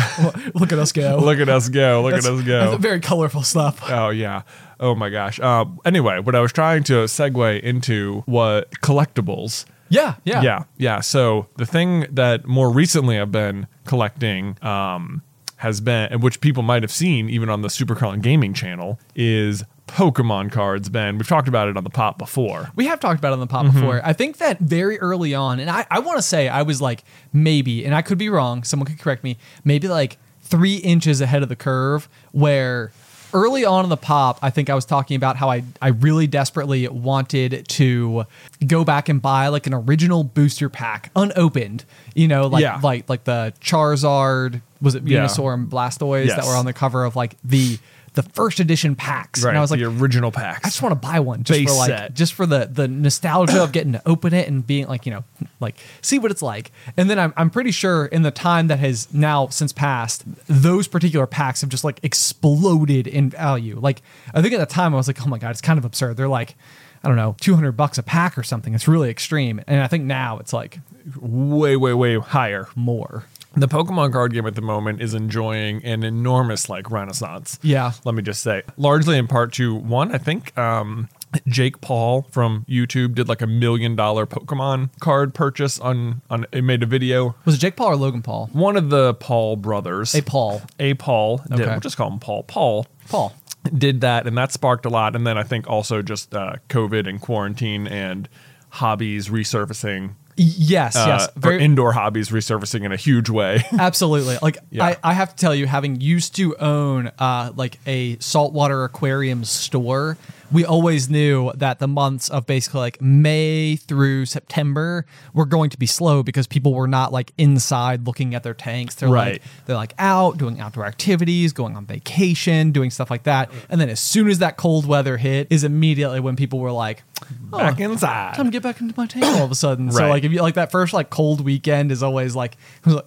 Speaker 1: Look at us go.
Speaker 2: Look at us go! Look at
Speaker 1: Oh. That's-
Speaker 2: us go!
Speaker 1: that's very colorful stuff.
Speaker 2: Oh yeah! Oh my gosh! Um, anyway, what I was trying to segue into what collectibles.
Speaker 1: yeah, yeah.
Speaker 2: yeah, yeah. So the thing that more recently I've been collecting um, has been, and which people might have seen even on the Super Carlin Gaming channel, is Pokemon cards, Ben. We've talked about it on the pop before.
Speaker 1: We have talked about it on the pod
Speaker 2: Mm-hmm.
Speaker 1: before. I think that very early on, and I, I want to say I was like maybe, and I could be wrong. Someone could correct me. Maybe like three inches ahead of the curve. Where early on in the pop, I think I was talking about how I I really desperately wanted to go back and buy like an original booster pack, unopened. You know, like
Speaker 2: Yeah.
Speaker 1: like like the Charizard was it
Speaker 2: Yeah.
Speaker 1: Venusaur and Blastoise that
Speaker 2: Yes.
Speaker 1: were on the cover of like the the first edition packs, and I was like,
Speaker 2: the original
Speaker 1: I
Speaker 2: packs.
Speaker 1: just want to buy one just
Speaker 2: Base
Speaker 1: for like
Speaker 2: set.
Speaker 1: just for the the nostalgia of getting to open it and being like you know like see what it's like. And then I'm I'm pretty sure in the time that has now since passed, those particular packs have just like exploded in value. Like I think at the time I was like, oh my god, it's kind of absurd. They're like. I don't know, 200 bucks a pack or something. It's really extreme. And I think now it's like
Speaker 2: way, way, way higher.
Speaker 1: more.
Speaker 2: The Pokemon card game at the moment is enjoying an enormous like renaissance.
Speaker 1: Yeah.
Speaker 2: Let me just say, largely in part to one, I think um, Jake Paul from YouTube did like a million dollar Pokemon card purchase on on. It made a video.
Speaker 1: Was it Jake Paul or Logan Paul?
Speaker 2: One of the Paul brothers,
Speaker 1: A Paul.
Speaker 2: a Paul. Did,
Speaker 1: Okay.
Speaker 2: We'll just call him Paul. Paul
Speaker 1: Paul.
Speaker 2: did that, and that sparked a lot. And then I think also just uh, COVID and quarantine and hobbies resurfacing.
Speaker 1: Y- Yes,
Speaker 2: uh,
Speaker 1: yes.
Speaker 2: or indoor hobbies resurfacing in a huge way.
Speaker 1: Absolutely. Like
Speaker 2: Yeah.
Speaker 1: I, I have to tell you, having used to own uh, like a saltwater aquarium store, we always knew that the months of basically like May through September were going to be slow because people were not like inside looking at their tanks. They're
Speaker 2: Right.
Speaker 1: like they're like out doing outdoor activities, going on vacation, doing stuff like that. And then as soon as that cold weather hit, is immediately when people were like, oh,
Speaker 2: Back inside.
Speaker 1: time to get back into my tank all of a sudden. So
Speaker 2: Right.
Speaker 1: like if you like that first like cold weekend is always like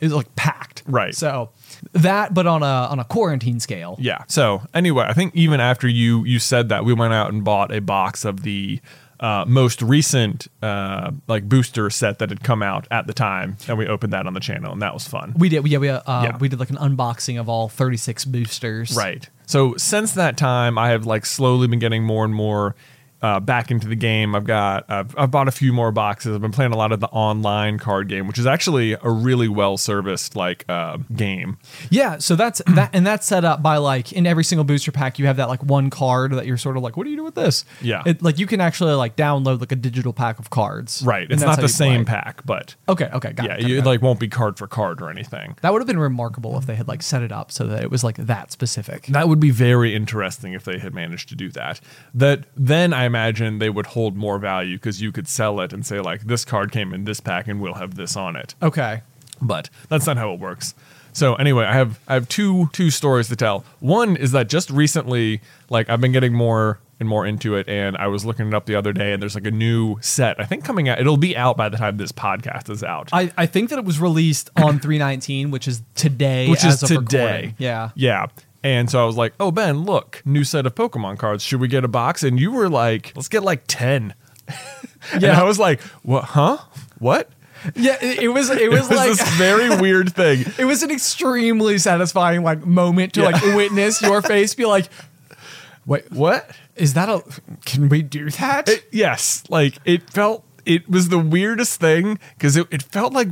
Speaker 1: is like packed.
Speaker 2: Right.
Speaker 1: So that but on a on a quarantine scale.
Speaker 2: Yeah. So anyway, I think even after you you said that, we went out and bought a box of the uh, most recent uh, like booster set that had come out at the time, and we opened that on the channel, and that was fun.
Speaker 1: We did yeah we uh,
Speaker 2: Yeah.
Speaker 1: we did like an unboxing of all 36 boosters.
Speaker 2: Right. So since that time, I have like slowly been getting more and more uh, back into the game. I've got I've, I've bought a few more boxes. I've been playing a lot of the online card game, which is actually a really well serviced like uh, game.
Speaker 1: Yeah, so that's that and that's set up by like in every single booster pack you have that like one card that you're sort of like what do you do with this?
Speaker 2: Yeah.
Speaker 1: It, like you can actually like download like a digital pack of cards.
Speaker 2: Right.
Speaker 1: And
Speaker 2: It's
Speaker 1: that's
Speaker 2: not
Speaker 1: how
Speaker 2: the
Speaker 1: you play. Oh,
Speaker 2: same pack, but
Speaker 1: Okay, okay, got it,
Speaker 2: yeah,
Speaker 1: got it.
Speaker 2: it
Speaker 1: got it.
Speaker 2: like won't be card for card or anything.
Speaker 1: that would have been remarkable if they had like set it up so that it was like that specific.
Speaker 2: That would be very interesting if they had managed to do that. That then I imagine they would hold more value because you could sell it and say like this card came in this pack and we'll have this on it.
Speaker 1: Okay.
Speaker 2: But that's not how it works. So anyway, I have I have two two stories to tell. One is that just recently, like I've been getting more and more into it, and I was looking it up the other day, and there's like a new set I think coming out. It'll be out by the time this podcast is out.
Speaker 1: I, I think that it was released on 319, which is today.
Speaker 2: which
Speaker 1: as
Speaker 2: is
Speaker 1: of
Speaker 2: today.
Speaker 1: recording. Yeah.
Speaker 2: Yeah. And so I was like, oh, Ben, look, new set of Pokemon cards. Should we get a box? And you were like, let's get like 10. and
Speaker 1: Yeah.
Speaker 2: I was like, what, huh? What?
Speaker 1: Yeah. It, it was, it was
Speaker 2: It was
Speaker 1: like,
Speaker 2: this very weird thing.
Speaker 1: it was an extremely satisfying like moment to like witness your face be like, wait,
Speaker 2: What?
Speaker 1: is that a, can we do that?
Speaker 2: It- yes. Like it felt, it was the weirdest thing because it, it felt like,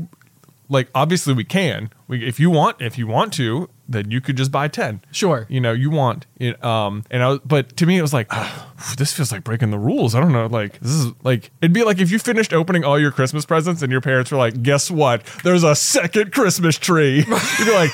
Speaker 2: like obviously we can. We, if you want, if you want to, then you could just buy 10.
Speaker 1: Sure.
Speaker 2: You know, you want it. Um, and I was, but to me, it was like, "Ah, this feels like breaking the rules. I don't know. Like, this is like, it'd be like if you finished opening all your Christmas presents and your parents were like, guess what? There's a second Christmas tree. You'd be like,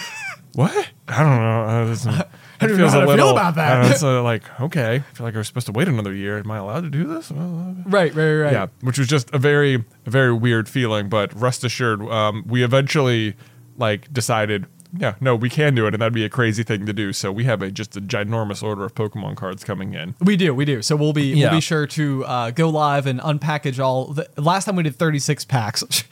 Speaker 2: what? I don't know. Uh, this, I
Speaker 1: don't know how to feel about that.
Speaker 2: so like, okay, I feel like I was supposed to wait another year. Am I allowed to do this? Well, uh,
Speaker 1: right. Right. Right.
Speaker 2: Yeah, which was just a very, a very weird feeling. But rest assured, um, we eventually like decided, yeah, no, we can do it, and that'd be a crazy thing to do. So we have a just a ginormous order of Pokemon cards coming in.
Speaker 1: We do, we do. So we'll be
Speaker 2: Yeah.
Speaker 1: we'll be sure to uh, go live and unpackage all. The, last time we did 36 packs.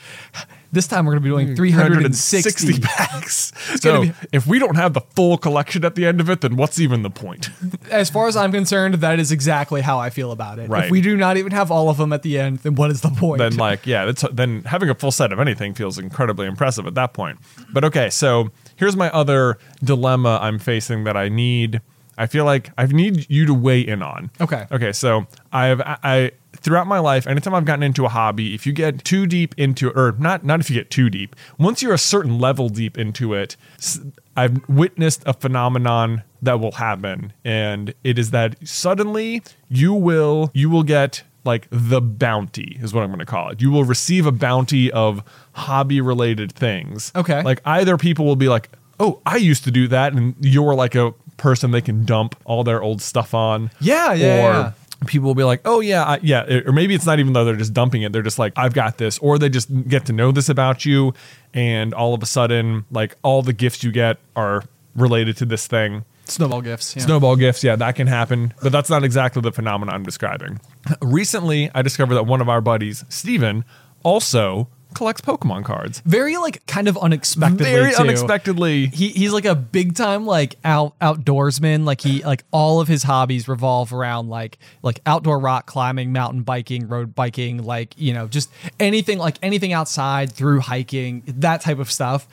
Speaker 1: this time we're gonna be
Speaker 2: Hmm.
Speaker 1: doing 360.
Speaker 2: packs.
Speaker 1: gonna
Speaker 2: So
Speaker 1: be-
Speaker 2: if we don't have the full collection at the end of it, then what's even the point?
Speaker 1: as far as I'm concerned, that is exactly how I feel about it. If
Speaker 2: Right.
Speaker 1: we do not even have all of them at the end, then what is the point?
Speaker 2: then like yeah that's then having a full set of anything feels incredibly impressive at that point but okay so here's my other dilemma i'm facing that i need i feel like i need you to weigh in on
Speaker 1: Okay.
Speaker 2: okay so i've I- i throughout my life anytime i've gotten into a hobby if you get too deep into or not not if you get too deep once you're a certain level deep into it s- i've witnessed a phenomenon that will happen and it is that suddenly you will you will get like the bounty is what I'm going to call it. You will receive a bounty of hobby related things.
Speaker 1: Okay.
Speaker 2: Like either people will be like, "Oh, I used to do that," and you're like a person they can dump all their old stuff on.
Speaker 1: Yeah, Oh, yeah,
Speaker 2: Or
Speaker 1: yeah.
Speaker 2: people will be like, "Oh yeah, I, yeah," or maybe it's not even though they're just dumping it. They're just like, "I've got this," or they just get to know this about you, and all of a sudden, like all the gifts you get are related to this thing.
Speaker 1: Snowball gifts. Yeah.
Speaker 2: Snowball gifts, yeah, that can happen, but that's not exactly the phenomenon I'm describing. Recently, I discovered that one of our buddies, Steven, also collects Pokemon cards.
Speaker 1: Very like kind of unexpectedly.
Speaker 2: Very
Speaker 1: too.
Speaker 2: unexpectedly.
Speaker 1: He he's like a big time like out outdoorsman. Like he like all of his hobbies revolve around like like outdoor rock climbing, mountain biking, road biking, like you know just anything like anything outside through hiking, that type of stuff.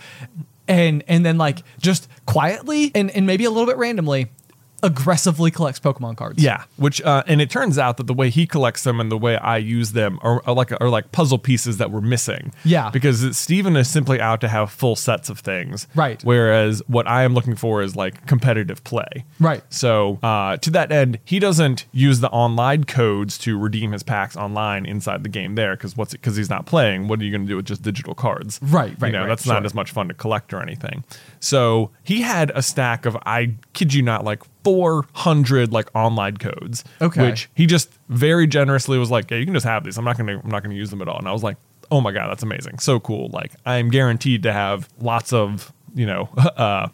Speaker 1: And and then like just quietly and and maybe a little bit randomly, aggressively collects Pokemon cards.
Speaker 2: Yeah, which uh, and it turns out that the way he collects them and the way I use them are, are like are like puzzle pieces that we're missing.
Speaker 1: Yeah.
Speaker 2: because Steven is simply out to have full sets of things.
Speaker 1: Right.
Speaker 2: Whereas what I am looking for is like competitive play.
Speaker 1: Right.
Speaker 2: So uh, to that end, he doesn't use the online codes to redeem his packs online inside the game there because what's because he's not playing. What are you going to do with just digital cards?
Speaker 1: Right, right,
Speaker 2: You know,
Speaker 1: right,
Speaker 2: that's
Speaker 1: sure.
Speaker 2: not as much fun to collect or anything. So he had a stack of I kid you not like 400 like online codes.
Speaker 1: Okay.
Speaker 2: Which he just very generously was like, "Yeah, you can just have these. I'm not going to I'm not going to use them at all." And I was like, "Oh my god, that's amazing. So cool. Like I'm guaranteed to have lots of, you know, uh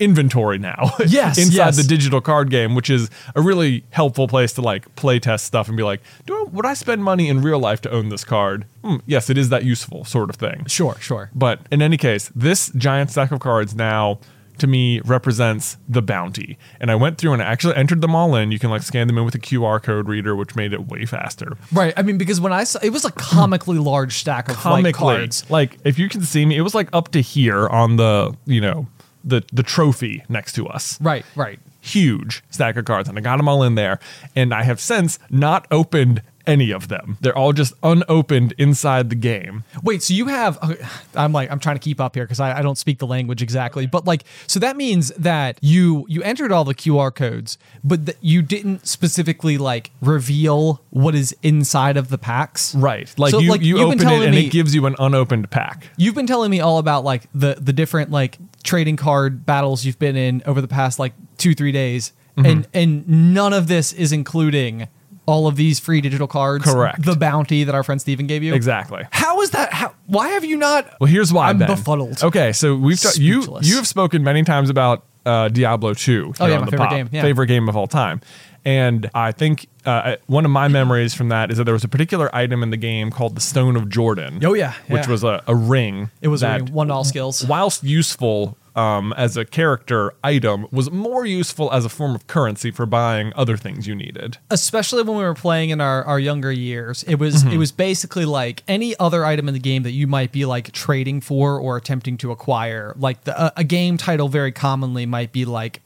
Speaker 2: inventory now
Speaker 1: Yes,
Speaker 2: inside
Speaker 1: yes.
Speaker 2: the digital card game which is a really helpful place to like play test stuff and be like do I, would i spend money in real life to own this card Hmm, yes it is that useful sort of thing
Speaker 1: Sure, sure.
Speaker 2: but in any case, this giant stack of cards now to me represents the bounty. And I went through and I actually entered them all in. You can like scan them in with a QR code reader, which made it way faster.
Speaker 1: Right. I mean, because when I saw it was a comically large stack of like
Speaker 2: Comically,
Speaker 1: cards.
Speaker 2: like if you can see me, it was like up to here on the, you know, the the trophy next to us.
Speaker 1: Right, right.
Speaker 2: Huge stack of cards. And I got them all in there. And I have since not opened any of them. They're all just unopened inside the game.
Speaker 1: Wait, so you have? okay, I'm like, I'm trying to keep up here because I, I don't speak the language exactly. But like, so that means that you you entered all the QR codes, but that you didn't specifically like reveal what is inside of the packs.
Speaker 2: Right. Like
Speaker 1: So,
Speaker 2: you,
Speaker 1: like,
Speaker 2: you
Speaker 1: you've been
Speaker 2: open it
Speaker 1: telling
Speaker 2: and
Speaker 1: me-
Speaker 2: it gives you an unopened pack.
Speaker 1: You've been telling me all about like the the different like trading card battles you've been in over the past like two three days,
Speaker 2: Mm-hmm.
Speaker 1: and and none of this is including all of these free digital cards.
Speaker 2: Correct.
Speaker 1: The bounty that our friend Steven gave you.
Speaker 2: Exactly.
Speaker 1: How is that? How, why have you not?
Speaker 2: Well, here's why.
Speaker 1: I'm
Speaker 2: then.
Speaker 1: befuddled.
Speaker 2: Okay, so we've ta- you
Speaker 1: Speechless.
Speaker 2: you have spoken many times about uh, Diablo 2.
Speaker 1: Oh,
Speaker 2: here
Speaker 1: yeah,
Speaker 2: on
Speaker 1: my
Speaker 2: the
Speaker 1: favorite
Speaker 2: pod.
Speaker 1: game, yeah.
Speaker 2: favorite game of all time. And I think uh, I- one of my memories from that is that there was a particular item in the game called the Stone of Jordan.
Speaker 1: Oh, yeah,
Speaker 2: which
Speaker 1: yeah.
Speaker 2: was a, a ring.
Speaker 1: It was
Speaker 2: that,
Speaker 1: a one all skills.
Speaker 2: whilst useful um, as a character item, was more useful as a form of currency for buying other things you needed.
Speaker 1: especially when we were playing in our, our younger years it was it was basically like any other item in the game that you might be like trading for or attempting to acquire like the, a, a game title very commonly might be like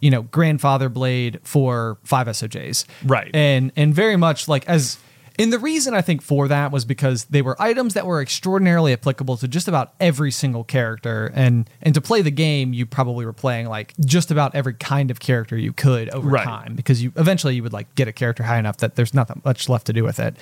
Speaker 1: you know grandfather blade for 5 sojs
Speaker 2: Right.
Speaker 1: and and very much like as and the reason I think for that was because they were items that were extraordinarily applicable to just about every single character, and and to play the game, you probably were playing like just about every kind of character you could over
Speaker 2: Right.
Speaker 1: time because you eventually you would like get a character high enough that there's not that much left to do with it.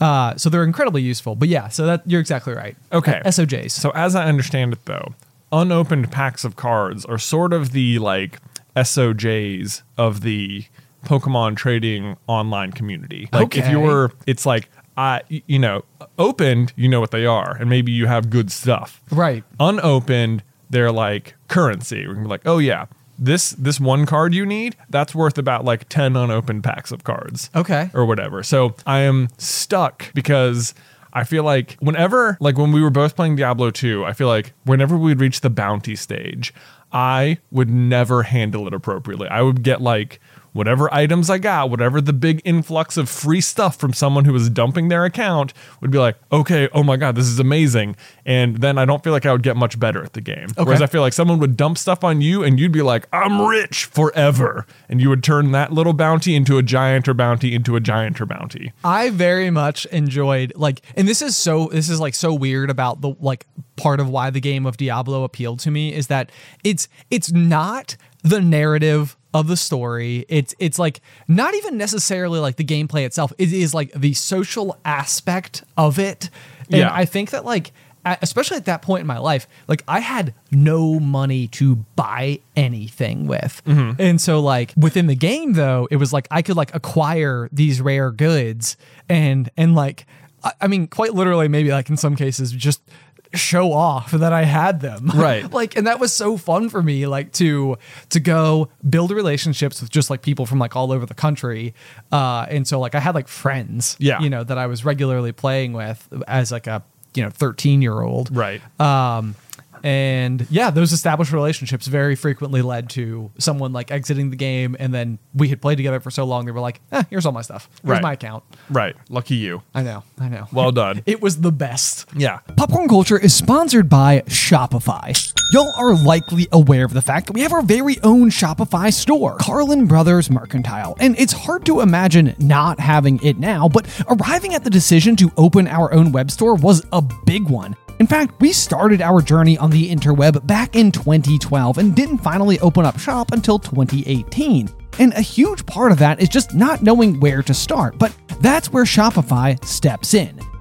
Speaker 1: Uh, so they're incredibly useful. But yeah, so that you're exactly right.
Speaker 2: Okay.
Speaker 1: SOJs.
Speaker 2: So as I understand it though, unopened packs of cards are sort of the like SOJs of the Pokemon trading online community. Like if
Speaker 1: Okay.
Speaker 2: you're it's like I you know, opened, you know what they are and maybe you have good stuff.
Speaker 1: Right.
Speaker 2: Unopened, they're like currency. We can be like, "Oh yeah, this this one card you need, that's worth about like 10 unopened packs of cards."
Speaker 1: Okay.
Speaker 2: or whatever. So I am stuck because I feel like whenever, like when we were both playing Diablo 2, I feel like whenever we'd reach the bounty stage, I would never handle it appropriately. I would get like whatever items I got, whatever the big influx of free stuff from someone who was dumping their account would be like, okay, oh my God, this is amazing. And then I don't feel like I would get much better at the game. Whereas I feel like someone would dump stuff on you and you'd be like, I'm rich forever. And you would turn that little bounty into a gianter bounty into a gianter bounty.
Speaker 1: I very much enjoyed like and this is so this is like so weird about the like part of why the game of Diablo appealed to me is that it's it's not the narrative of the story. It's it's like not even necessarily like the gameplay itself. It is like the social aspect of it. And
Speaker 2: Yeah.
Speaker 1: I think that like at- especially at that point in my life, like I had no money to buy anything with.
Speaker 2: Mm-hmm.
Speaker 1: And so like within the game though, it was like I could like acquire these rare goods and and like I- I mean quite literally maybe like in some cases just show off that I had them.
Speaker 2: Right.
Speaker 1: like and that was so fun for me like to to go build relationships with just like people from like all over the country. Uh and so like I had like friends,
Speaker 2: Yeah.
Speaker 1: you know, that I was regularly playing with as like a you know 13 year old
Speaker 2: Right.
Speaker 1: um and yeah those established relationships very frequently led to someone like exiting the game and then we had played together for so long they were like eh, here's all my stuff here's
Speaker 2: Right.
Speaker 1: my account
Speaker 2: right. Lucky you.
Speaker 1: i know i know
Speaker 2: Well done.
Speaker 1: it was the best
Speaker 2: Yeah.
Speaker 1: Popcorn Culture is sponsored by Shopify. Y'all are likely aware of the fact that we have our very own Shopify store, Carlin Brothers Mercantile. And it's hard to imagine not having it now, but arriving at the decision to open our own web store was a big one. In fact, we started our journey on the interweb back in 2012 and didn't finally open up shop until 2018. And a huge part of that is just not knowing where to start, but that's where Shopify steps in.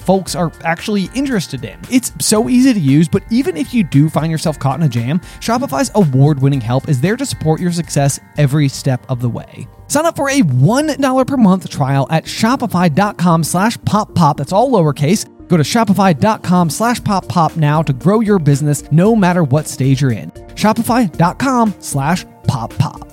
Speaker 1: folks are actually interested in. It's so easy to use, but even if you do find yourself caught in a jam, Shopify's award winning help is there to support your success every step of the way. Sign up for a $1 per month trial at shopify.com slash pop pop. That's all lowercase. Go to shopify.com slash pop pop now to grow your business no matter what stage you're in. Shopify.com slash pop pop.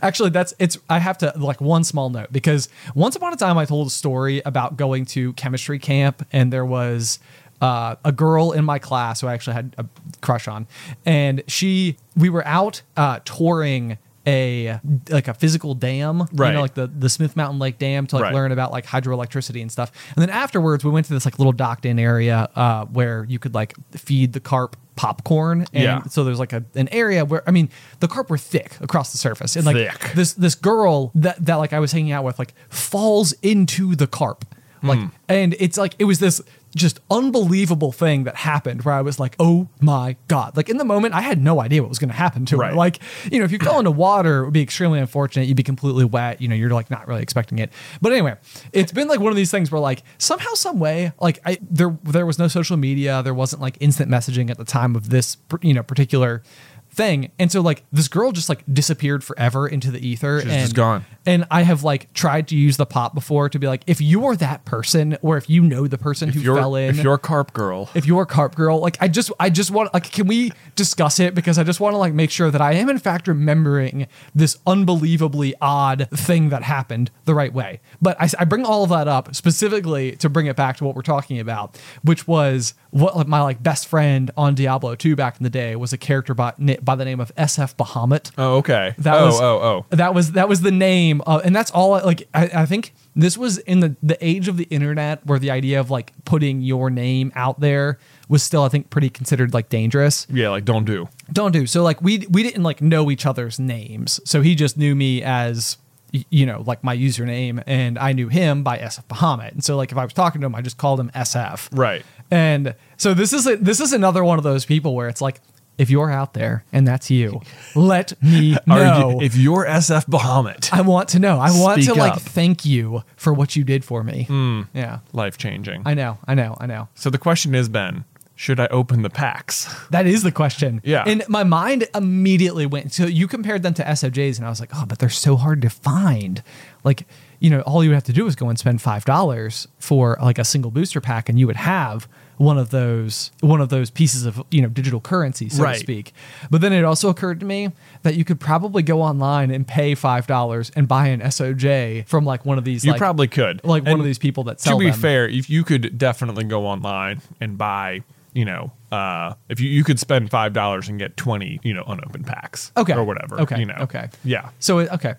Speaker 1: actually that's it's i have to like one small note because once upon a time i told a story about going to chemistry camp and there was uh, a girl in my class who i actually had a crush on and she we were out uh, touring a like a physical dam, you
Speaker 2: Right.
Speaker 1: know, like the, the Smith Mountain Lake Dam to like
Speaker 2: Right.
Speaker 1: learn about like hydroelectricity and stuff. And then afterwards, we went to this like little docked in area uh, where you could like feed the carp popcorn. And
Speaker 2: Yeah.
Speaker 1: so there's like a, an area where I mean the carp were thick across the surface, and like
Speaker 2: Thick.
Speaker 1: this this girl that that like I was hanging out with like falls into the carp. Like
Speaker 2: Hmm.
Speaker 1: and it's like it was this just unbelievable thing that happened where I was like, oh my God. Like in the moment I had no idea what was gonna happen to
Speaker 2: Right.
Speaker 1: her. Like, you know, if you fell into water, it would be extremely unfortunate. You'd be completely wet. You know, you're like not really expecting it. But anyway, it's been like one of these things where like somehow, some way, like I there there was no social media, there wasn't like instant messaging at the time of this you know particular thing. And so like this girl just like disappeared forever into the ether.
Speaker 2: She's
Speaker 1: and,
Speaker 2: just gone.
Speaker 1: And I have like tried to use the pop before to be like, if you are that person, or if you know the person who
Speaker 2: If you're,
Speaker 1: fell in,
Speaker 2: if you're a carp girl,
Speaker 1: if you're a carp girl, like I just I just want like can we discuss it because I just want to like make sure that I am in fact remembering this unbelievably odd thing that happened the right way. But I, I bring all of that up specifically to bring it back to what we're talking about, which was what like, my like best friend on Diablo 2 back in the day was a character by, by the name of SF Bahamut.
Speaker 2: oh okay.
Speaker 1: That
Speaker 2: oh
Speaker 1: was
Speaker 2: oh oh.
Speaker 1: That was that was the name, of, and that's all. I- Like I, I think this was in the the age of the internet, where the idea of like putting your name out there was still, I think, pretty considered like dangerous.
Speaker 2: Yeah, like don't do.
Speaker 1: Don't do so. Like we we didn't like know each other's names, so he just knew me as y- you know like my username, and I knew him by SF Bahamut. And so like if I was talking to him, I just called him SF.
Speaker 2: Right.
Speaker 1: And so this is a, this is another one of those people where it's like. If you're out there and that's you, let me know.
Speaker 2: Are you, if you're SF Bahamut,
Speaker 1: I want to know. I want
Speaker 2: Speak
Speaker 1: to like
Speaker 2: up. Hmm.
Speaker 1: thank you for what you did for me. Yeah.
Speaker 2: life changing.
Speaker 1: I know, I know, I know.
Speaker 2: So the question is, Ben, should I open the packs?
Speaker 1: That is the question.
Speaker 2: Yeah.
Speaker 1: And my mind immediately went. So you compared them to SFJs, and I was like, oh, but they're so hard to find. Like, you know, all you would have to do is go and spend five dollars for like a single booster pack, and you would have one of those one of those pieces of you know digital currency, so
Speaker 2: Right.
Speaker 1: to speak. But then it also occurred to me that you could probably go online and pay five dollars and buy an SOJ from like one of these.
Speaker 2: You
Speaker 1: like,
Speaker 2: probably could.
Speaker 1: like one
Speaker 2: And
Speaker 1: of these people that
Speaker 2: To
Speaker 1: sell
Speaker 2: be
Speaker 1: them.
Speaker 2: fair, if you could definitely go online and buy, you know, uh, if you, you could spend five dollars and get twenty, you know, unopened packs,
Speaker 1: okay,
Speaker 2: or whatever,
Speaker 1: Okay,
Speaker 2: you know,
Speaker 1: okay,
Speaker 2: yeah,
Speaker 1: So it- okay,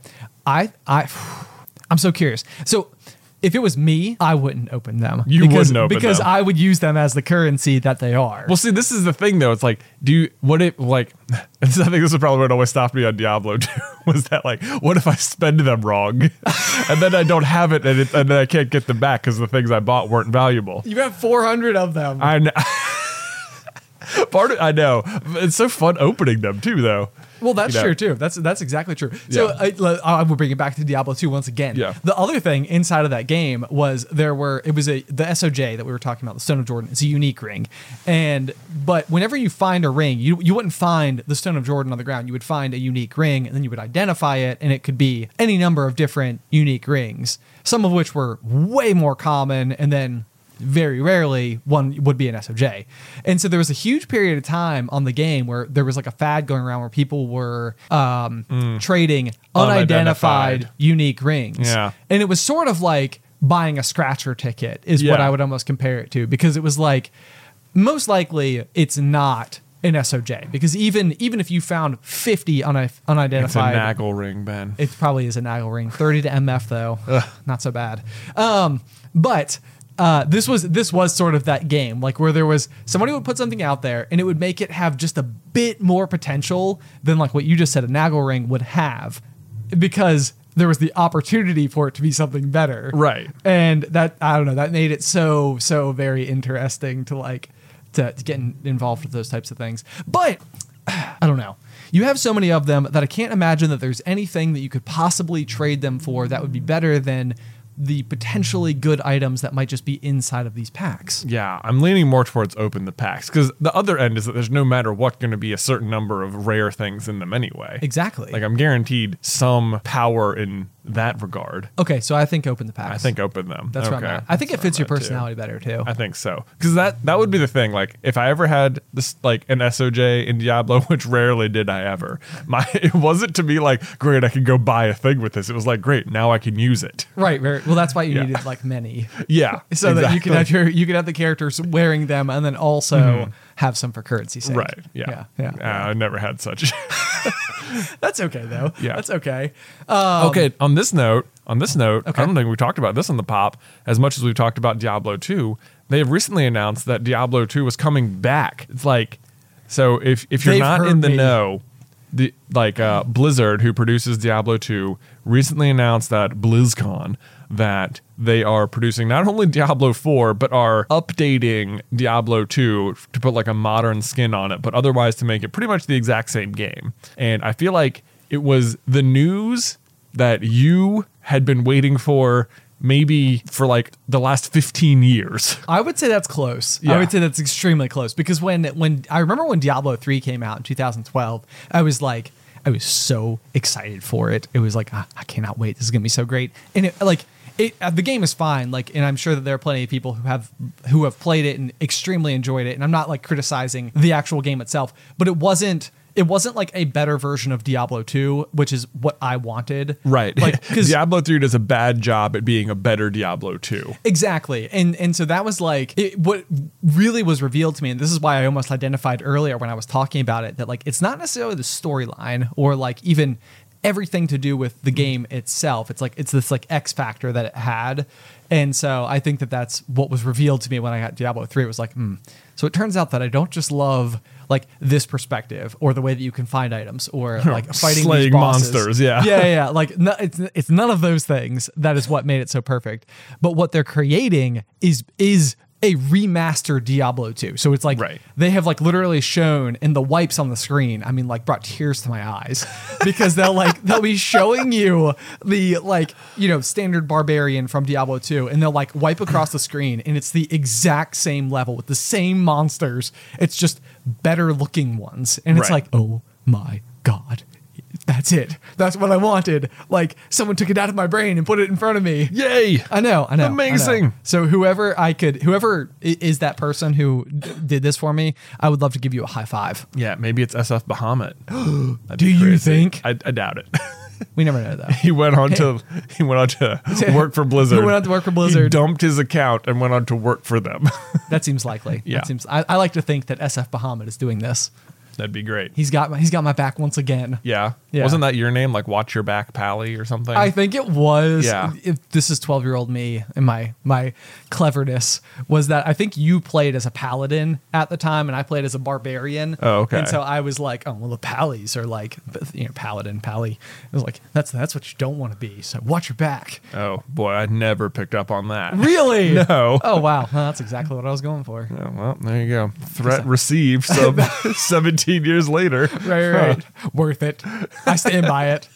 Speaker 1: I I I'm so curious. So. If it was me, I wouldn't open them.
Speaker 2: You
Speaker 1: because,
Speaker 2: wouldn't open
Speaker 1: because
Speaker 2: them.
Speaker 1: I would use them as the currency that they are.
Speaker 2: Well, see, this is the thing though. It's like, do you, what if like? I think this is probably what always stopped me on Diablo too. Was that like, what if I spend them wrong, and then I don't have it, and, it, and then I can't get them back because the things I bought weren't valuable.
Speaker 1: you have 400 of them.
Speaker 2: I know. Part of, I know it's so fun opening them too, though.
Speaker 1: Well, that's
Speaker 2: You know.
Speaker 1: true too. That's that's exactly true. So
Speaker 2: Yeah.
Speaker 1: I, le- I will bring it back to Diablo 2 once again.
Speaker 2: Yeah.
Speaker 1: The other thing inside of that game was there were it was a the SOJ that we were talking about, the Stone of Jordan. It's a unique ring, and but whenever you find a ring, you you wouldn't find the Stone of Jordan on the ground. You would find a unique ring, and then you would identify it, and it could be any number of different unique rings, some of which were way more common, and then very rarely one would be an SOJ. And so there was a huge period of time on the game where there was like a fad going around where people were um, trading unidentified,
Speaker 2: Unidentified.
Speaker 1: unique rings.
Speaker 2: Yeah.
Speaker 1: And it was sort of like buying a scratcher ticket, is what
Speaker 2: Yeah.
Speaker 1: I would almost compare it to, because it was like most likely it's not an SOJ because even even if you found 50 uni-
Speaker 2: It's a
Speaker 1: unidentified
Speaker 2: naggle ring, Ben.
Speaker 1: it probably is a Nagel ring. 30 to MF though. Not so bad. Um, but uh, this was this was sort of that game, like where there was somebody would put something out there and it would make it have just a bit more potential than like what you just said a Nagel ring would have, because there was the opportunity for it to be something better.
Speaker 2: Right.
Speaker 1: And that I don't know, that made it so, so very interesting to like to, to get in, involved with those types of things. But I don't know. You have so many of them that I can't imagine that there's anything that you could possibly trade them for that would be better than the potentially good items that might just be inside of these packs.
Speaker 2: Yeah, I'm leaning more towards open the packs because the other end is that there's no matter what going to be a certain number of rare things in them anyway.
Speaker 1: Exactly.
Speaker 2: Like I'm guaranteed some power in that regard.
Speaker 1: okay, so I think open the packs.
Speaker 2: I think open them.
Speaker 1: that's right.
Speaker 2: Okay.
Speaker 1: I think it
Speaker 2: That's
Speaker 1: fits your
Speaker 2: where I'm at, too.
Speaker 1: personality better too.
Speaker 2: I think so. Because that that would be the thing. Like if I ever had this like an SOJ in Diablo, which rarely did I ever, my it wasn't to be like, great, I could go buy a thing with this. It was like, great, now I can use it.
Speaker 1: right, right. Well, that's why you
Speaker 2: Yeah.
Speaker 1: needed like many.
Speaker 2: Yeah.
Speaker 1: So that you can
Speaker 2: exactly. Mm-hmm.
Speaker 1: have your you can have the characters wearing them and then also have some for currency sake.
Speaker 2: Right. Yeah.
Speaker 1: Yeah. yeah.
Speaker 2: Uh, I never had such.
Speaker 1: That's okay though.
Speaker 2: Yeah.
Speaker 1: That's okay. Um,
Speaker 2: okay, on this note, on this note, I don't think we talked about this on the pop as much as we've talked about Diablo 2. They have recently announced that Diablo 2 was coming back. It's like so if if you're
Speaker 1: They've
Speaker 2: not in
Speaker 1: heard
Speaker 2: the
Speaker 1: me.
Speaker 2: know, the like uh, Blizzard who produces Diablo 2 recently announced that BlizzCon that they are producing not only Diablo 4 but are updating Diablo 2 to put like a modern skin on it, but otherwise to make it pretty much the exact same game. And I feel like it was the news that you had been waiting for maybe for like the last 15 years.
Speaker 1: I would say that's close.
Speaker 2: Yeah.
Speaker 1: I would say that's extremely close because when when I remember when Diablo 3 came out in 2012, I was like I was so excited for it. It was like "Ah, I cannot wait. This is going to be so great. And it like it, uh, the game is fine, like, and I'm sure that there are plenty of people who have who have played it and extremely enjoyed it. And I'm not like criticizing the actual game itself, but it wasn't it wasn't like a better version of Diablo 2, which is what I wanted.
Speaker 2: Right.
Speaker 1: Like, because
Speaker 2: Diablo 3 does a bad job at being a better Diablo 2.
Speaker 1: Exactly. And and so that was like it, what really was revealed to me and this is why I almost identified earlier when I was talking about it that like it's not necessarily the storyline or like even everything to do with
Speaker 2: Mm-hmm.
Speaker 1: the game itself. It's like it's this like X factor that it had. And so I think that that's what was revealed to me when I got Diablo 3. It was like, hmm. So it turns out that I don't just love like this perspective or the way that you can find items or like fighting
Speaker 2: Slaying
Speaker 1: these bosses.
Speaker 2: monsters, yeah.
Speaker 1: Yeah, yeah, yeah. Like no, it's it's none of those things. That is what made it so perfect. But what they're creating is is a remastered Diablo 2. So it's like
Speaker 2: Right.
Speaker 1: they have like literally shown in the wipes on the screen. I mean, like brought tears to my eyes because they'll like they'll be showing you the like you know standard barbarian from Diablo 2, and they'll like wipe across the screen, and it's the exact same level with the same monsters. It's just better looking ones, and it's
Speaker 2: Right.
Speaker 1: like oh my god that's it that's what i wanted like someone took it out of my brain and put it in front of me
Speaker 2: Yay!
Speaker 1: i know i know I know.
Speaker 2: Amazing.
Speaker 1: so whoever i could whoever i- is that person who d- did this for me i would love to give you a high five
Speaker 2: Yeah, maybe it's SF Bahamut. That'd
Speaker 1: Do
Speaker 2: be
Speaker 1: you
Speaker 2: crazy.
Speaker 1: think?
Speaker 2: I, I doubt it.
Speaker 1: we never know that
Speaker 2: he went on to he went on to work for Blizzard.
Speaker 1: He went on to work for
Speaker 2: He
Speaker 1: Blizzard.
Speaker 2: dumped his account and went on to work for them.
Speaker 1: that seems likely
Speaker 2: Yeah.
Speaker 1: that seems I, I like to think that sf bahamut is doing this
Speaker 2: That'd be great.
Speaker 1: he's got my he's got my back once again
Speaker 2: yeah.
Speaker 1: Yeah.
Speaker 2: Wasn't that your name? Like Watch Your Back Pally or something?
Speaker 1: I think it was.
Speaker 2: Yeah.
Speaker 1: If this is twelve year old me and my my cleverness was that I think you played as a paladin at the time and I played as a barbarian.
Speaker 2: Oh, okay.
Speaker 1: And so I was like, oh well, the pallies are like you know paladin pally. It was like that's that's what you don't want to be. So watch your back.
Speaker 2: oh boy, I never picked up on that.
Speaker 1: Really?
Speaker 2: No.
Speaker 1: Oh wow, Well, that's exactly what I was going for.
Speaker 2: Oh, well, there you go. Threat received some 17 years later.
Speaker 1: Right, right. right. Worth it. I stand by it.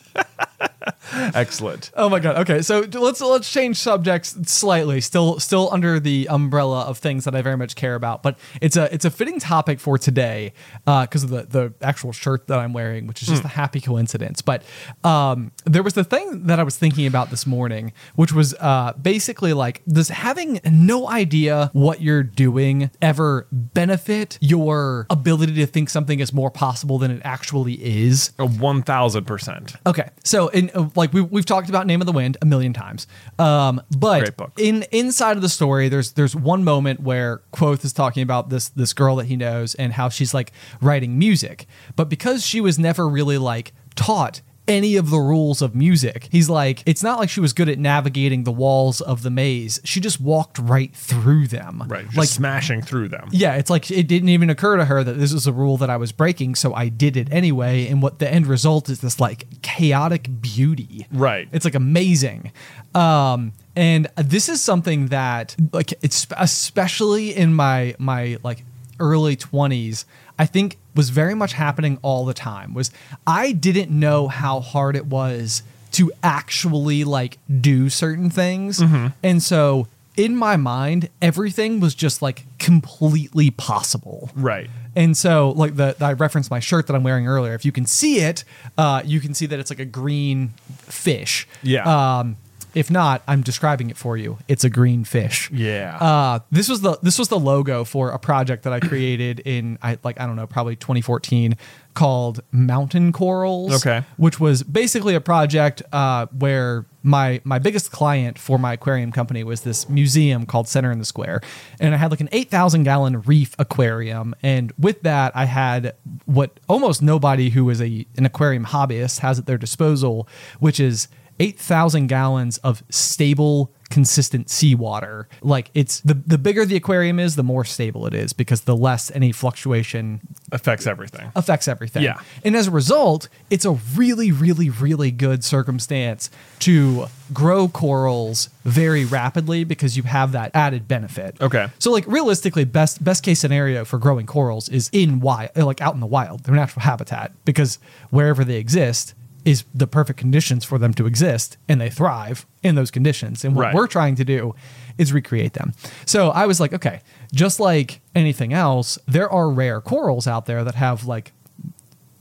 Speaker 2: Excellent.
Speaker 1: Oh my god. Okay, so d- let's let's change subjects slightly. Still still under the umbrella of things that I very much care about, but it's a it's a fitting topic for today because of the the actual shirt that I'm wearing, which is just a happy coincidence. But um, there was the thing that I was thinking about this morning, which was uh, basically like does having no idea what you're doing ever benefit your ability to think something is more possible than it actually is?
Speaker 2: A 1000%.
Speaker 1: Okay, so in uh, like we we've talked about Name of the Wind a million times, um, but
Speaker 2: Great book.
Speaker 1: in inside of the story, there's there's one moment where Quoth is talking about this this girl that he knows and how she's like writing music, but because she was never really like taught any of the rules of music, he's like it's not like she was good at navigating the walls of the maze. She just walked right through them,
Speaker 2: Right. Just
Speaker 1: Like
Speaker 2: smashing through them.
Speaker 1: yeah, it's like it didn't even occur to her that this was a rule that I was breaking, so I did it anyway. And what the end result is this like chaotic beauty.
Speaker 2: Right.
Speaker 1: It's like amazing. Um, and this is something that like it's especially in my my like early 20s, I think was very much happening all the time. Was I didn't know how hard it was to actually like do certain things. And so in my mind, everything was just like completely possible.
Speaker 2: Right.
Speaker 1: And so, like the I referenced my shirt that I'm wearing earlier. If you can see it, uh, you can see that it's like a green fish.
Speaker 2: Yeah.
Speaker 1: Um, If not, I'm describing it for you. It's a green fish.
Speaker 2: Yeah.
Speaker 1: Uh, this was the this was the logo for a project that I created in I like I don't know probably 2014 called Mountain Corals.
Speaker 2: Okay.
Speaker 1: Which was basically a project uh, where my my biggest client for my aquarium company was this museum called Center in the Square, and I had like an 8,000 gallon reef aquarium, and with that I had what almost nobody who is a an aquarium hobbyist has at their disposal, which is 8,000 gallons of stable, consistent seawater. Like it's the, the bigger the aquarium is, the more stable it is because the less any fluctuation
Speaker 2: affects everything.
Speaker 1: affects everything.
Speaker 2: Yeah.
Speaker 1: And as a result, it's a really, really, really good circumstance to grow corals very rapidly because you have that added benefit.
Speaker 2: Okay.
Speaker 1: So like realistically, best best case scenario for growing corals is in wild like out in the wild, their natural habitat, because wherever they exist is the perfect conditions for them to exist and they thrive in those conditions. And what
Speaker 2: Right.
Speaker 1: we're trying to do is recreate them. So I was like, okay, just like anything else, there are rare corals out there that have like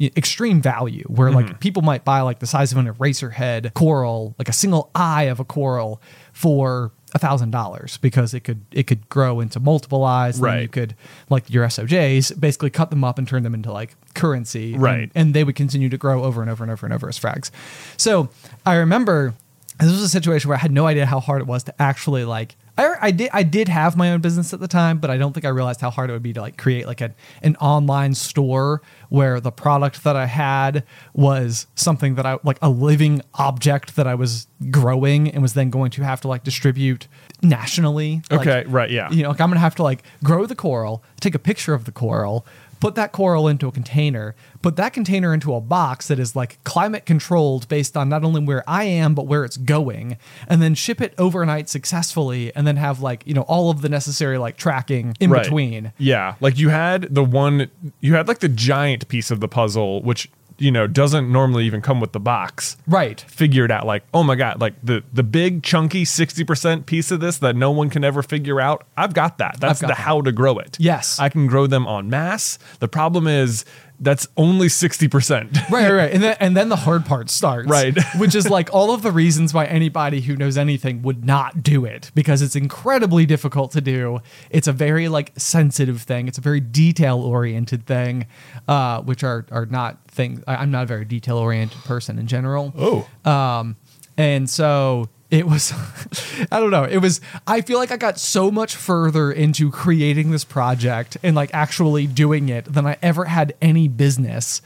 Speaker 1: y- extreme value where
Speaker 2: Mm-hmm.
Speaker 1: like people might buy like the size of an eraser head coral like a single eye of a coral for a thousand dollars because it could it could grow into multiple eyes and then you
Speaker 2: Right.
Speaker 1: could like your sjs basically cut them up and turn them into like currency and-
Speaker 2: Right.
Speaker 1: and they would continue to grow over and over and over and over as frags so i remember this was a situation where i had no idea how hard it was to actually like I, I did I did have my own business at the time, but I don't think I realized how hard it would be to like create like an, an online store where the product that I had was something that I like a living object that I was growing and was then going to have to like distribute nationally. Like,
Speaker 2: Okay, right, yeah.
Speaker 1: You know, like I'm gonna have to like grow the coral, take a picture of the coral, put that coral into a container, put that container into a box that is like climate controlled based on not only where I am but where it's going, and then ship it overnight successfully, and then have like you know all of the necessary like tracking in
Speaker 2: Right.
Speaker 1: between.
Speaker 2: Yeah. Like you had the one you had like the giant piece of the puzzle which, you know, doesn't normally even come with the box.
Speaker 1: Right.
Speaker 2: Figured out like, oh my god, like the the big chunky 60% piece of this that no one can ever figure out. I've got that. That's
Speaker 1: got
Speaker 2: the
Speaker 1: that.
Speaker 2: how to grow it.
Speaker 1: Yes.
Speaker 2: I can grow them en masse. The problem is that's only 60%.
Speaker 1: Right, right, right. And then, and then the hard part starts.
Speaker 2: Right.
Speaker 1: which is like all of the reasons why anybody who knows anything would not do it because it's incredibly difficult to do. It's a very like sensitive thing. It's a very detail oriented thing, uh, which are are not things. I, I'm not a very detail oriented person in general.
Speaker 2: Oh.
Speaker 1: Um, and so it was, I don't know. It was, I feel like I got so much further into creating this project and like actually doing it than I ever had any business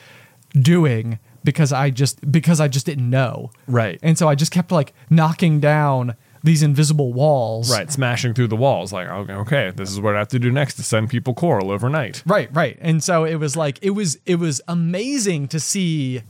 Speaker 1: doing because I just, because I just didn't know.
Speaker 2: Right.
Speaker 1: And so I just kept like knocking down these invisible walls.
Speaker 2: Right, smashing through the walls. Like, okay, okay, this is what I have to do next to send people coral overnight.
Speaker 1: Right, right. And so it was like it was it was amazing to see uh,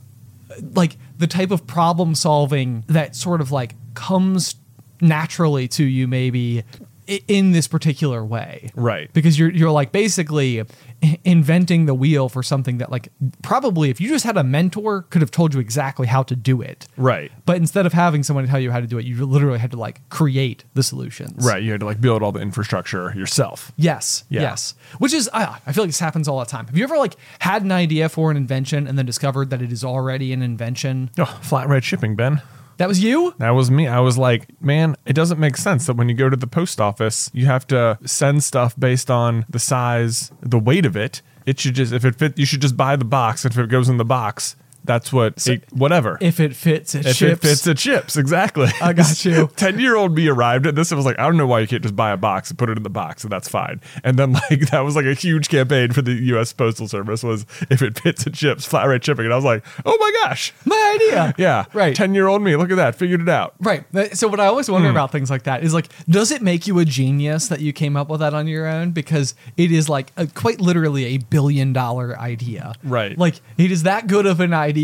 Speaker 1: like the type of problem solving that sort of like comes naturally to you maybe i- in this particular way.
Speaker 2: Right.
Speaker 1: Because you're you're like basically i- inventing the wheel for something that like probably if you just had a mentor could have told you exactly how to do it.
Speaker 2: Right.
Speaker 1: But instead of having someone tell you how to do it, you literally had to like create the solutions.
Speaker 2: Right, you had to like build all the infrastructure yourself.
Speaker 1: Yes.
Speaker 2: Yeah.
Speaker 1: Yes. Which is, ah, I, I feel like this happens all the time. Have you ever like had an idea for an invention and then discovered that it is already an invention?
Speaker 2: Oh, flat rate shipping, Ben.
Speaker 1: That was you?
Speaker 2: That was me. I was like, man, it doesn't make sense that when you go to the post office, you have to send stuff based on the size, the weight of it. It should just, if it fit, you should just buy the box. If it goes in the box, that's what, it, whatever.
Speaker 1: If it fits, it
Speaker 2: If
Speaker 1: ships.
Speaker 2: it fits, it ships. Exactly.
Speaker 1: I got you.
Speaker 2: Ten year old me arrived at this and was like, I don't know why you can't just buy a box and put it in the box and that's fine. And then like that was like a huge campaign for the U.S. Postal Service was if it fits, it ships, flat rate shipping. And I was like, oh my gosh,
Speaker 1: My idea.
Speaker 2: yeah,
Speaker 1: Right.
Speaker 2: Ten year old me, look at that, figured it out.
Speaker 1: Right. That- So what I always
Speaker 2: Hmm.
Speaker 1: wonder about things like that is like, does it make you a genius that you came up with that on your own? Because it is like a, quite literally a billion dollar idea.
Speaker 2: Right.
Speaker 1: Like it is that good of an idea,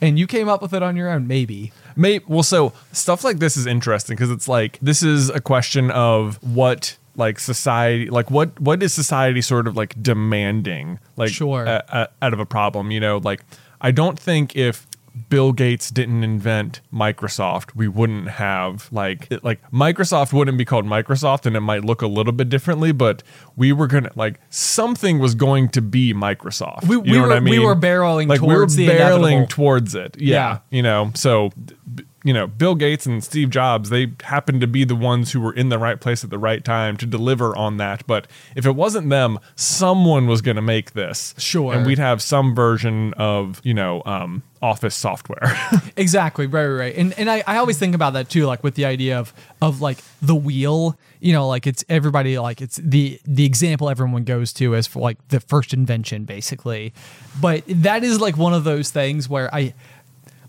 Speaker 1: and you came up with it on your own, maybe.
Speaker 2: May well, so stuff like this is interesting because it's like this is a question of what like society like what what is society sort of like demanding like
Speaker 1: Sure.
Speaker 2: uh, uh, out of a problem you know like i don't think if bill gates didn't invent microsoft we wouldn't have like it- like microsoft wouldn't be called microsoft and it might look a little bit differently but we were gonna like something was going to be microsoft
Speaker 1: We-
Speaker 2: You
Speaker 1: we
Speaker 2: know what
Speaker 1: were-
Speaker 2: I
Speaker 1: we
Speaker 2: mean?
Speaker 1: were barreling
Speaker 2: like
Speaker 1: towards
Speaker 2: we
Speaker 1: the
Speaker 2: were barreling
Speaker 1: inevitable.
Speaker 2: towards it yeah
Speaker 1: Yeah.
Speaker 2: you know so b- you know, Bill Gates and Steve Jobs, they happened to be the ones who were in the right place at the right time to deliver on that. But if it wasn't them, someone was going to make this.
Speaker 1: Sure.
Speaker 2: And we'd have some version of, you know, um, office software.
Speaker 1: Exactly, right, right, right. And and I, I always think about that too, like with the idea of of like the wheel. You know, like it's everybody like it's the the example everyone goes to as for like the first invention, basically. But that is like one of those things where I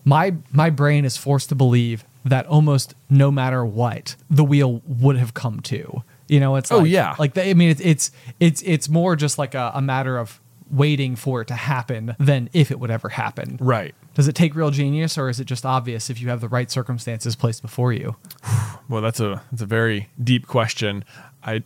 Speaker 1: my my brain is forced to believe that almost no matter what the wheel would have come to. You know, it's
Speaker 2: Oh,
Speaker 1: like-
Speaker 2: yeah.
Speaker 1: like I mean, it's it's it's it's more just like a, a matter of waiting for it to happen than if it would ever happen.
Speaker 2: right.
Speaker 1: Does it take real genius or is it just obvious if you have the right circumstances placed before you?
Speaker 2: Well, that's a that's a very deep question. I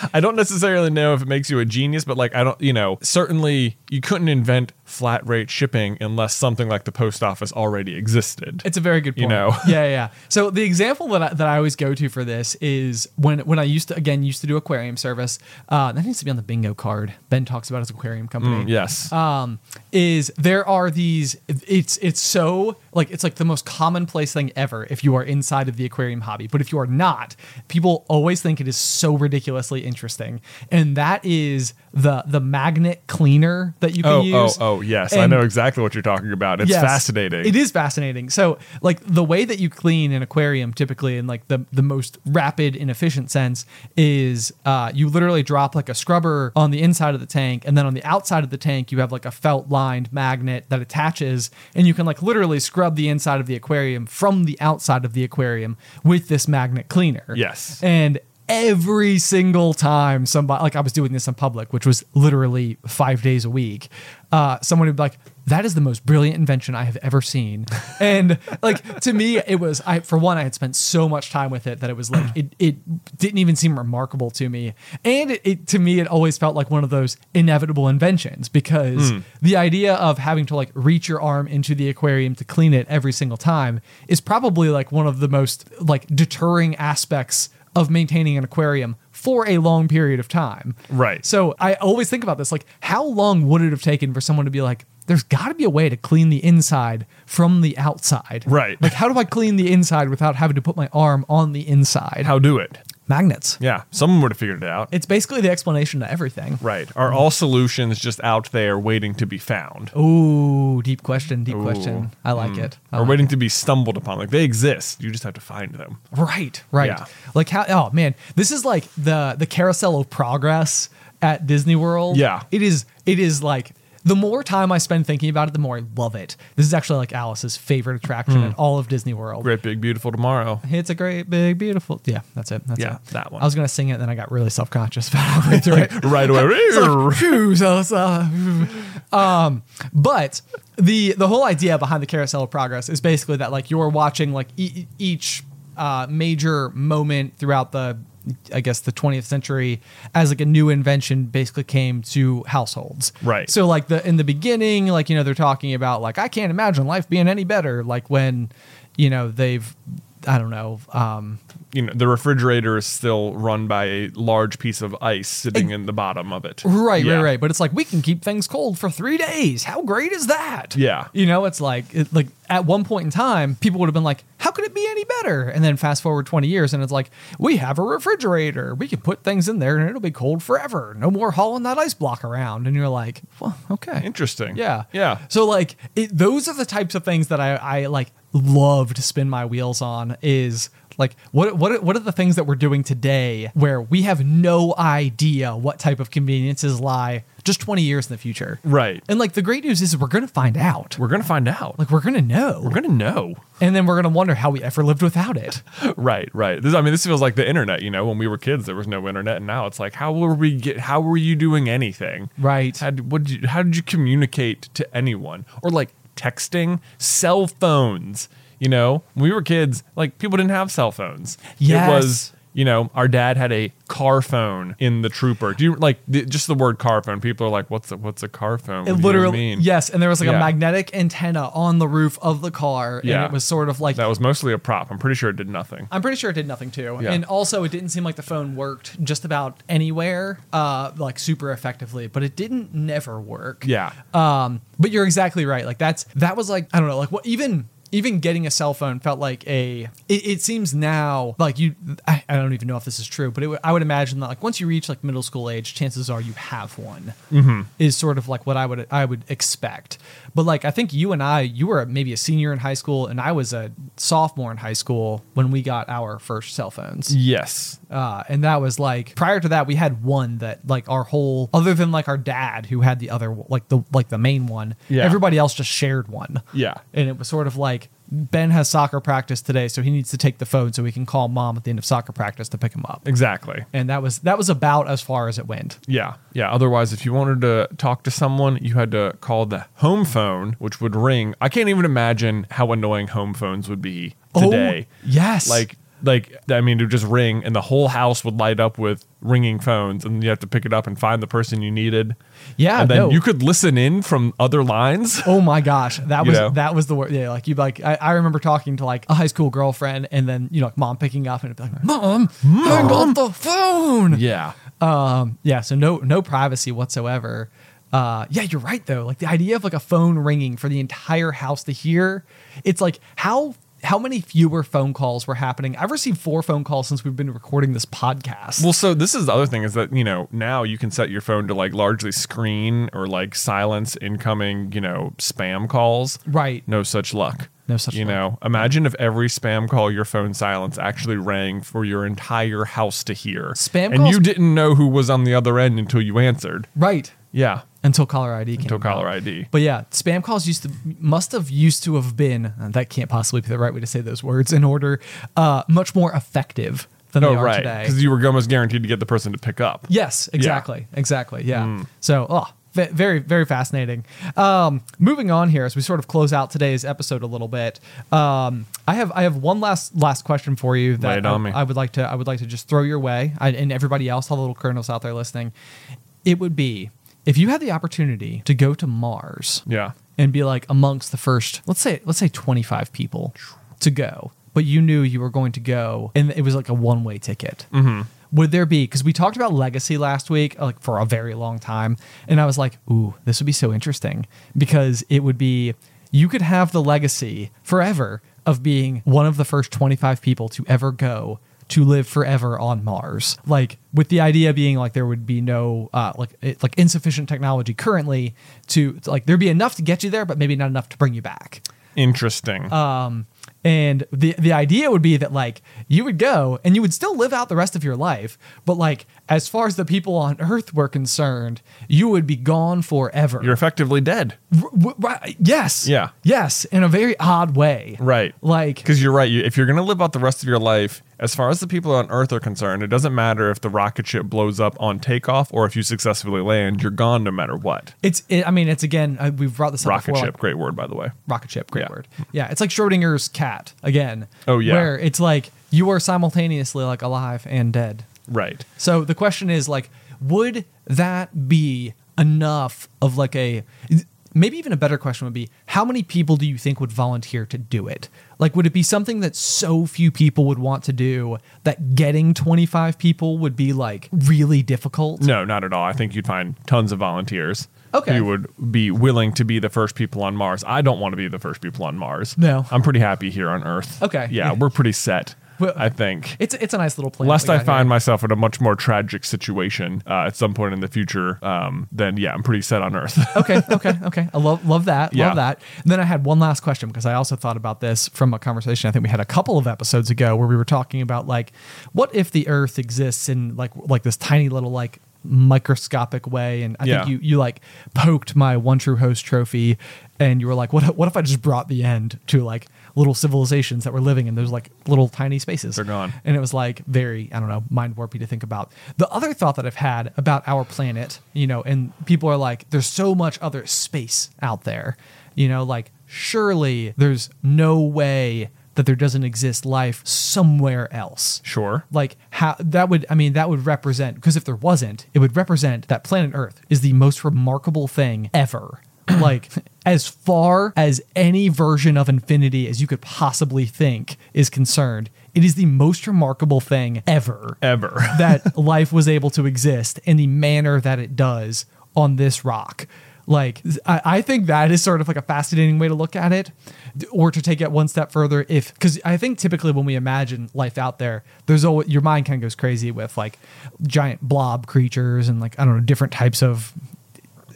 Speaker 2: I don't necessarily know if it makes you a genius, but like I don't, you know, certainly you couldn't invent flat rate shipping unless something like the post office already existed.
Speaker 1: It's a very good point.
Speaker 2: You know.
Speaker 1: yeah, yeah, yeah. So the example that I, that I always go to for this is when when I used to again used to do aquarium service. Uh, that needs to be on the bingo card. Ben talks about his aquarium company.
Speaker 2: Mm, yes.
Speaker 1: um, is there are these it's it's so like it's like the most commonplace thing ever if you are inside of the aquarium hobby but if you are not people always think it is so ridiculously interesting and that is the the magnet cleaner that you can
Speaker 2: oh, oh,
Speaker 1: use
Speaker 2: oh, yes. I
Speaker 1: And-
Speaker 2: know exactly what you're talking about. It's
Speaker 1: Yes.
Speaker 2: fascinating.
Speaker 1: It is fascinating. So, like the way that you clean an aquarium, typically in like the the most rapid and efficient sense, is uh, you literally drop like a scrubber on the inside of the tank, and then on the outside of the tank, you have like a felt lined magnet that attaches, and you can like literally scrub the inside of the aquarium from the outside of the aquarium with this magnet cleaner.
Speaker 2: Yes.
Speaker 1: and. Every single time somebody like I was doing this in public, which was literally five days a week, uh, someone would be like, that is the most brilliant invention I have ever seen. And like to me, it was I for one, I had spent so much time with it that it was like it it didn't even seem remarkable to me. And it, it to me it always felt like one of those inevitable inventions because the idea of having to like reach your arm into the aquarium to clean it every single time is probably like one of the most like deterring aspects of maintaining an aquarium for a long period of time.
Speaker 2: Right.
Speaker 1: So I always think about this like, how long would it have taken for someone to be like, there's got to be a way to clean the inside from the outside?
Speaker 2: Right.
Speaker 1: Like, how do I clean the inside without having to put my arm on the inside?
Speaker 2: How do it?
Speaker 1: Magnets.
Speaker 2: Yeah. Someone would have figured it out.
Speaker 1: It's basically the explanation to everything.
Speaker 2: right. Are all solutions just out there waiting to be found?
Speaker 1: Ooh, deep question, deep question.
Speaker 2: Ooh. Mm.
Speaker 1: I like it. Oh, I
Speaker 2: or
Speaker 1: like
Speaker 2: waiting to be stumbled upon? Like they exist. You just have to find them.
Speaker 1: Right, right.
Speaker 2: Yeah.
Speaker 1: Like how? Oh man, this is like the the carousel of progress at Disney World.
Speaker 2: Yeah.
Speaker 1: it is. It is like the more time I spend thinking about it, the more I love it. This is actually like Alice's favorite attraction at all of Disney World.
Speaker 2: Hmm. Great big beautiful tomorrow.
Speaker 1: It's a great, big, beautiful. Yeah, that's it. That's
Speaker 2: Yeah,
Speaker 1: it.
Speaker 2: that one.
Speaker 1: I was gonna sing it, then I got really self conscious about halfway through it.
Speaker 2: Right away.
Speaker 1: Phew, so- so- um, but the the whole idea behind the carousel of progress is basically that like you're watching like e- each uh, major moment throughout the I guess the 20th century as like a new invention basically came to households.
Speaker 2: Right.
Speaker 1: So like the in the beginning, like you know they're talking about like I can't imagine life being any better. Like when you know they've I don't know um,
Speaker 2: you know the refrigerator is still run by a large piece of ice sitting in the bottom of it.
Speaker 1: Right,
Speaker 2: Yeah.
Speaker 1: right, right. But it's like we can keep things cold for three days. How great is that?
Speaker 2: Yeah.
Speaker 1: You know, it's like it, like at one point in time, people would have been like, "How could it be any better?" And then fast forward twenty years, and it's like we have a refrigerator. We can put things in there, and it'll be cold forever. No more hauling that ice block around. And you're like, "Well, okay,
Speaker 2: Interesting.
Speaker 1: yeah.
Speaker 2: Yeah.
Speaker 1: So like it, those are the types of things that I, I like love to spin my wheels on is like what what what are the things that we're doing today where we have no idea what type of conveniences lie just 20 years in the future.
Speaker 2: Right.
Speaker 1: And like the great news is we're going to find out.
Speaker 2: We're gonna find out.
Speaker 1: like we're going to know.
Speaker 2: We're gonna know.
Speaker 1: and then we're going to wonder how we ever lived without it.
Speaker 2: Right. Right. This, I mean, this feels like the internet. You know, when we were kids, there was no internet, and now it's like, how were we get? How were you doing anything?
Speaker 1: Right.
Speaker 2: How did, what did you, how did you communicate to anyone? Or like texting, cell phones. You know, when we were kids, like people didn't have cell phones.
Speaker 1: Yes.
Speaker 2: It was you know, our dad had a car phone in the Trooper. Do you like the, just the word car phone? People are like, "What's a, what's a car phone?"
Speaker 1: It
Speaker 2: What do you
Speaker 1: literally
Speaker 2: mean?
Speaker 1: yes, and there was like a
Speaker 2: Yeah.
Speaker 1: magnetic antenna on the roof of the car
Speaker 2: Yeah.
Speaker 1: and it was sort of like
Speaker 2: that was mostly a prop. I'm pretty sure it did nothing.
Speaker 1: I'm pretty sure it did nothing too.
Speaker 2: Yeah.
Speaker 1: And also, it didn't seem like the phone worked just about anywhere, uh, like super effectively. But it didn't never work.
Speaker 2: Yeah,
Speaker 1: Um, but you're exactly right. Like that's that was like I don't know, like what even even getting a cell phone felt like a. It, it seems now like you. I, I don't even know if this is true, but it, would- I would imagine that like once you reach like middle school age, chances are you have one. Is sort of like what I would I would expect. But like I think you and I, you were maybe a senior in high school, and I was a sophomore in high school when we got our first cell phones.
Speaker 2: Yes.
Speaker 1: Uh, and that was like prior to that, we had one that like our whole other than like our dad who had the other like the like the main one.
Speaker 2: Yeah.
Speaker 1: Everybody else just shared one.
Speaker 2: Yeah.
Speaker 1: And it was sort of like Ben has soccer practice today, so he needs to take the phone so we can call mom at the end of soccer practice to pick him up.
Speaker 2: Exactly.
Speaker 1: And that was that was about as far as it went.
Speaker 2: Yeah. Yeah. Otherwise, if you wanted to talk to someone, you had to call the home phone, which would ring. I can't even imagine how annoying home phones would be today.
Speaker 1: Oh, yes.
Speaker 2: Like, like I mean, it would just ring, and the whole house would light up with ringing phones, and you have to pick it up and find the person you needed.
Speaker 1: Yeah,
Speaker 2: and then
Speaker 1: no.
Speaker 2: you could listen in from other lines.
Speaker 1: Oh my gosh, that
Speaker 2: You
Speaker 1: was
Speaker 2: know?
Speaker 1: that was the word. Yeah, like you like I, I remember talking to like a high school girlfriend, and then you know like mom picking up and it'd be like mom, hang up the phone.
Speaker 2: Yeah,
Speaker 1: Um, yeah, so no no privacy whatsoever. Uh, yeah, you're right though. Like the idea of like a phone ringing for the entire house to hear, it's like how how many fewer phone calls were happening? I've received four phone calls since we've been recording this podcast.
Speaker 2: Well, so this is the other thing is that you know now you can set your phone to like largely screen or like silence incoming you know spam calls.
Speaker 1: Right.
Speaker 2: No such luck.
Speaker 1: No such
Speaker 2: You
Speaker 1: luck.
Speaker 2: know, imagine if every spam call your phone silence actually rang for your entire house to hear.
Speaker 1: Spam
Speaker 2: and
Speaker 1: calls-
Speaker 2: you didn't know who was on the other end until you answered.
Speaker 1: Right.
Speaker 2: Yeah.
Speaker 1: Until caller ID came.
Speaker 2: Until
Speaker 1: out.
Speaker 2: caller ID.
Speaker 1: But yeah, spam calls used to must have used to have been uh, that can't possibly be the right way to say those words in order, uh, much more effective than
Speaker 2: Oh
Speaker 1: they are
Speaker 2: right,
Speaker 1: today.
Speaker 2: because you were almost guaranteed to get the person to pick up.
Speaker 1: Yes, exactly, exactly. Yeah.
Speaker 2: Mm.
Speaker 1: So, oh, ve- very, very fascinating. Um, moving on here as we sort of close out today's episode a little bit. Um, I have I have one last last question for you
Speaker 2: Lay
Speaker 1: that
Speaker 2: it on
Speaker 1: I,
Speaker 2: me.
Speaker 1: I would like to I would like to just throw your way I, and everybody else, all the little colonels out there listening. It would be if you had the opportunity to go to Mars
Speaker 2: Yeah.
Speaker 1: and be like amongst the first let's say let's say 25 people to go but you knew you were going to go and it was like a one-way ticket would there be because we talked about legacy last week like for a very long time and i was like ooh this would be so interesting because it would be you could have the legacy forever of being one of the first 25 people to ever go to live forever on Mars. Like with the idea being like there would be no uh, like it, like insufficient technology currently to like there'd be enough to get you there, but maybe not enough to bring you back.
Speaker 2: Interesting.
Speaker 1: Um, and the the idea would be that like you would go and you would still live out the rest of your life, but like as far as the people on Earth were concerned, you would be gone forever.
Speaker 2: You're effectively dead.
Speaker 1: R- w- right- yes.
Speaker 2: Yeah.
Speaker 1: Yes, in a very odd way.
Speaker 2: Right.
Speaker 1: Like
Speaker 2: Because you're right. You, if you're going to live out the rest of your life, as far as the people on Earth are concerned, it doesn't matter if the rocket ship blows up on takeoff or if you successfully land. You're gone no matter what.
Speaker 1: it's it, I mean it's again uh, we've brought this up
Speaker 2: Rocket
Speaker 1: before, like,
Speaker 2: ship, great word by the way.
Speaker 1: rocket ship great
Speaker 2: Yeah.
Speaker 1: word yeah it's like schrodinger's cat again
Speaker 2: Oh, yeah.
Speaker 1: where it's like you are simultaneously like alive and dead
Speaker 2: Right.
Speaker 1: so the question is like would that be enough of like a maybe even a better question would be how many people do you think would volunteer to do it like would it be something that so few people would want to do that getting 25 people would be like really difficult
Speaker 2: No, not at all. I think you'd find tons of volunteers.
Speaker 1: Okay.
Speaker 2: Who would be willing to be the first people on Mars? I don't want to be the first people on Mars.
Speaker 1: No.
Speaker 2: I'm pretty happy here on Earth.
Speaker 1: Okay.
Speaker 2: Yeah, we're pretty set.
Speaker 1: Well-
Speaker 2: I think.
Speaker 1: it's it's a nice little plan
Speaker 2: Lest
Speaker 1: we
Speaker 2: I
Speaker 1: got here.
Speaker 2: find myself in a much more tragic situation uh, at some point in the future, um, then yeah, I'm pretty set on Earth.
Speaker 1: okay, okay, okay. I love love that.
Speaker 2: Yeah.
Speaker 1: Love that. And then I had one last question because I also thought about this from a conversation I think we had a couple of episodes ago where we were talking about like what if the earth exists in like like this tiny little like microscopic way and I
Speaker 2: Yeah.
Speaker 1: think you you like poked my one true host trophy and you were like what what if I just brought the end to like little civilizations that were living in those like little tiny spaces
Speaker 2: They're gone.
Speaker 1: and it was like very i don't know mind warpy to think about the other thought that i've had about our planet you know and people are like there's so much other space out there you know like surely there's no way that there doesn't exist life somewhere else
Speaker 2: Sure.
Speaker 1: like how that would i mean that would represent because if there wasn't it would represent that planet earth is the most remarkable thing ever like as far as any version of infinity as you could possibly think is concerned it is the most remarkable thing ever
Speaker 2: Ever.
Speaker 1: that life was able to exist in the manner that it does on this rock Like, I, I think that is sort of like a fascinating way to look at it, d- or to take it one step further. If because I think typically when we imagine life out there, there's always your mind kind of goes crazy with like giant blob creatures and like I don't know different types of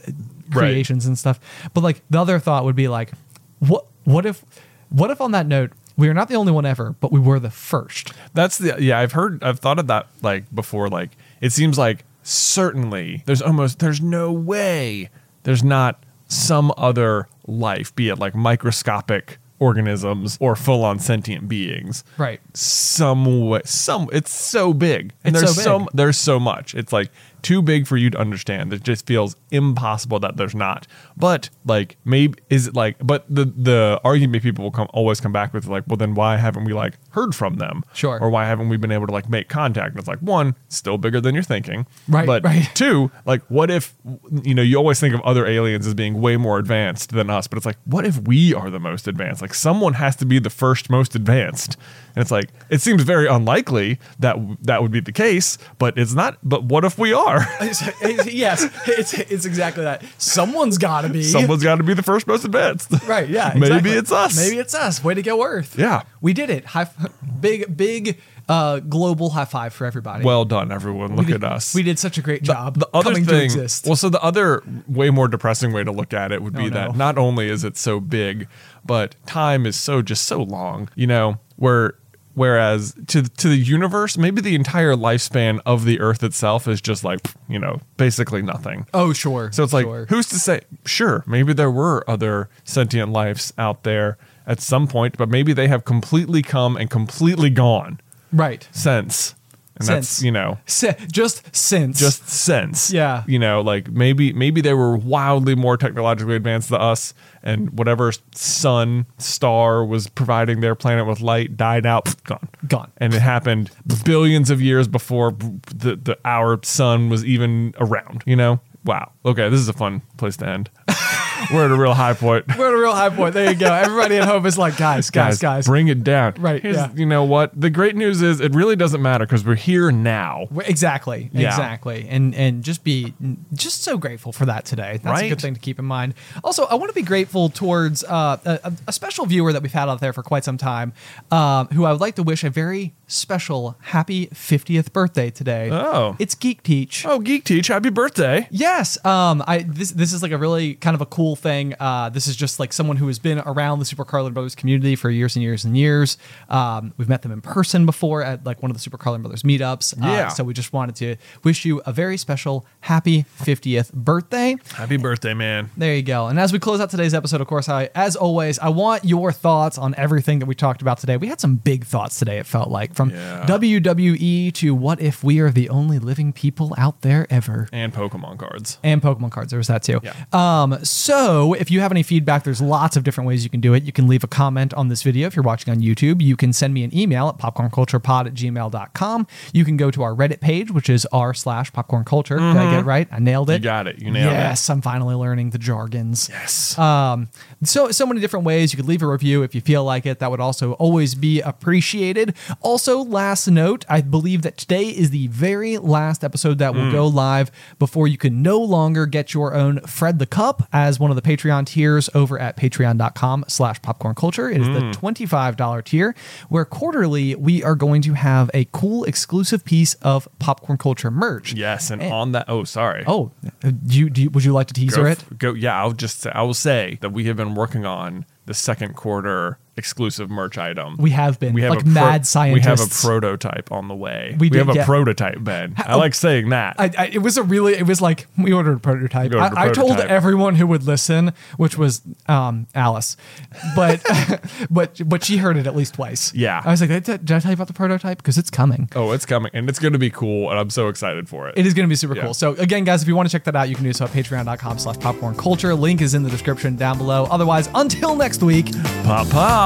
Speaker 1: uh,
Speaker 2: Right.
Speaker 1: creations and stuff. But like the other thought would be like, what what if what if on that note we are not the only one ever, but we were the first.
Speaker 2: That's the yeah. I've heard. I've thought of that like before. Like it seems like certainly there's almost there's no way there's not some other life, be it like microscopic organisms or full on sentient beings.
Speaker 1: Right.
Speaker 2: Some way. Some. It's so big, and
Speaker 1: It's
Speaker 2: there's
Speaker 1: so big.
Speaker 2: so m- there's so much. It's like too big for you to understand. It just feels impossible that there's not. But like maybe is it like but the the argument people will come always come back with like, well then why haven't we like heard from them?
Speaker 1: Sure.
Speaker 2: Or why haven't we been able to like make contact? And it's like one, still bigger than you're thinking.
Speaker 1: Right,
Speaker 2: But
Speaker 1: right.
Speaker 2: two, like what if you know, you always think of other aliens as being way more advanced than us, but it's like, what if we are the most advanced? Like someone has to be the first most advanced. And it's like it seems very unlikely that that would be the case, but it's not but what if we are?
Speaker 1: yes, it's it's exactly that. Someone's got to be.
Speaker 2: Someone's got to be the first most advanced.
Speaker 1: Right. Yeah.
Speaker 2: Maybe
Speaker 1: exactly.
Speaker 2: it's us.
Speaker 1: Maybe it's us. Way to go, Earth.
Speaker 2: Yeah.
Speaker 1: We did it. High, big, big, uh, global high five for everybody.
Speaker 2: Well done, everyone. Look
Speaker 1: we
Speaker 2: at
Speaker 1: did,
Speaker 2: us.
Speaker 1: We did such a great job.
Speaker 2: the other
Speaker 1: coming
Speaker 2: thing,
Speaker 1: to exist.
Speaker 2: well, so the other way more depressing way to look at it would be
Speaker 1: Oh, no.
Speaker 2: that not only is it so big, but time is so just so long. You know, where whereas to to the universe, maybe the entire lifespan of the Earth itself is just like you know basically nothing.
Speaker 1: oh, sure.
Speaker 2: So it's like,
Speaker 1: sure.
Speaker 2: who's to say? Sure, maybe there were other sentient lives out there at some point, but maybe they have completely come and completely gone
Speaker 1: Right.
Speaker 2: since. And
Speaker 1: Since.
Speaker 2: that's, you know,
Speaker 1: Si- just since.
Speaker 2: just since.
Speaker 1: Yeah.
Speaker 2: You know, like maybe maybe they were wildly more technologically advanced than us, and whatever sun star was providing their planet with light died out, pfft, gone,
Speaker 1: Gone.
Speaker 2: and it happened billions of years before the, the our sun was even around. You know, wow. Okay, this is a fun place to end. We're at a real high point.
Speaker 1: We're at a real high point. There you go. Everybody at home is like, guys, guys, guys.
Speaker 2: bring it down.
Speaker 1: Right,
Speaker 2: Here's-
Speaker 1: yeah.
Speaker 2: You know what? The great news is it really doesn't matter because we're here now.
Speaker 1: We're- Exactly.
Speaker 2: Yeah.
Speaker 1: Exactly. And and just be just so grateful for that today. That's a
Speaker 2: Right?
Speaker 1: good thing to keep in mind. Also, I want to be grateful towards uh, a, a special viewer that we've had out there for quite some time, um, who I would like to wish a very special happy 50th birthday today.
Speaker 2: Oh.
Speaker 1: It's Geek Teach.
Speaker 2: Oh, Geek Teach, happy birthday!
Speaker 1: Yes. Um. I this this is like a really kind of a cool thing. Uh. This is just like someone who has been around the Super Carlin Brothers community for years and years and years. Um. We've met them in person before at like one of the Super Carlin Brothers meetups. Uh,
Speaker 2: Yeah.
Speaker 1: so we just wanted to wish you a very special happy 50th birthday.
Speaker 2: Happy birthday, man.
Speaker 1: There you go. And as we close out today's episode, of course, I, as always, I want your thoughts on everything that we talked about today. We had some big thoughts today, it felt like, from
Speaker 2: Yeah.
Speaker 1: WWE to what if we are the only living people out there ever.
Speaker 2: and Pokemon cards.
Speaker 1: and Pokemon cards. There was that too.
Speaker 2: Yeah.
Speaker 1: Um, so if you have any feedback, there's lots of different ways you can do it. You can leave a comment on this video if you're watching on YouTube. You can send me an email at popcornculturepod at gmail.com. You can go to our Reddit page, which is r slash popcornculture. Did I get it right? I nailed it.
Speaker 2: Mm-hmm. You got it. You nailed it.
Speaker 1: Yes, I'm finally learning the jargons.
Speaker 2: Yes.
Speaker 1: Um, so so many different ways you could leave a review if you feel like it. That would also always be appreciated. Also, last note, I believe that today is the very last episode that will
Speaker 2: Hmm.
Speaker 1: go live before you can no longer get your own Fred the Cup as one of the Patreon tiers over at patreon.com slash popcorn culture. It is
Speaker 2: Hmm.
Speaker 1: the $25 tier where quarterly we are going to have a cool exclusive piece of popcorn culture merch.
Speaker 2: yes, and on that. Oh, sorry.
Speaker 1: eh. Oh, do you, do you, would you like to teaser
Speaker 2: go,
Speaker 1: it?
Speaker 2: f- go. Yeah, I'll just. Say, I will say that we have been working on the second quarter exclusive merch item.
Speaker 1: We have been.
Speaker 2: We have
Speaker 1: like
Speaker 2: a pro-
Speaker 1: mad scientists.
Speaker 2: We have a prototype on the way.
Speaker 1: We
Speaker 2: We,
Speaker 1: did,
Speaker 2: have a
Speaker 1: yeah.
Speaker 2: prototype, Ben. I
Speaker 1: oh.
Speaker 2: like saying that.
Speaker 1: I, I, it was a really. It was like we ordered a prototype.
Speaker 2: We ordered a
Speaker 1: I, I told
Speaker 2: prototype.
Speaker 1: everyone who would listen, which was um, Alice, but but but she heard it at least twice.
Speaker 2: Yeah.
Speaker 1: I was like, did, I- did I tell you about the prototype? Because it's coming.
Speaker 2: oh, it's coming, and it's going to be cool, and I'm so excited for it.
Speaker 1: It is going to be super
Speaker 2: Yeah.
Speaker 1: cool. So again, guys, if you want to check that out, you can do so at patreon.com slash popcorn culture. Link is in the description down below. Otherwise, until next week,
Speaker 2: pop, pop.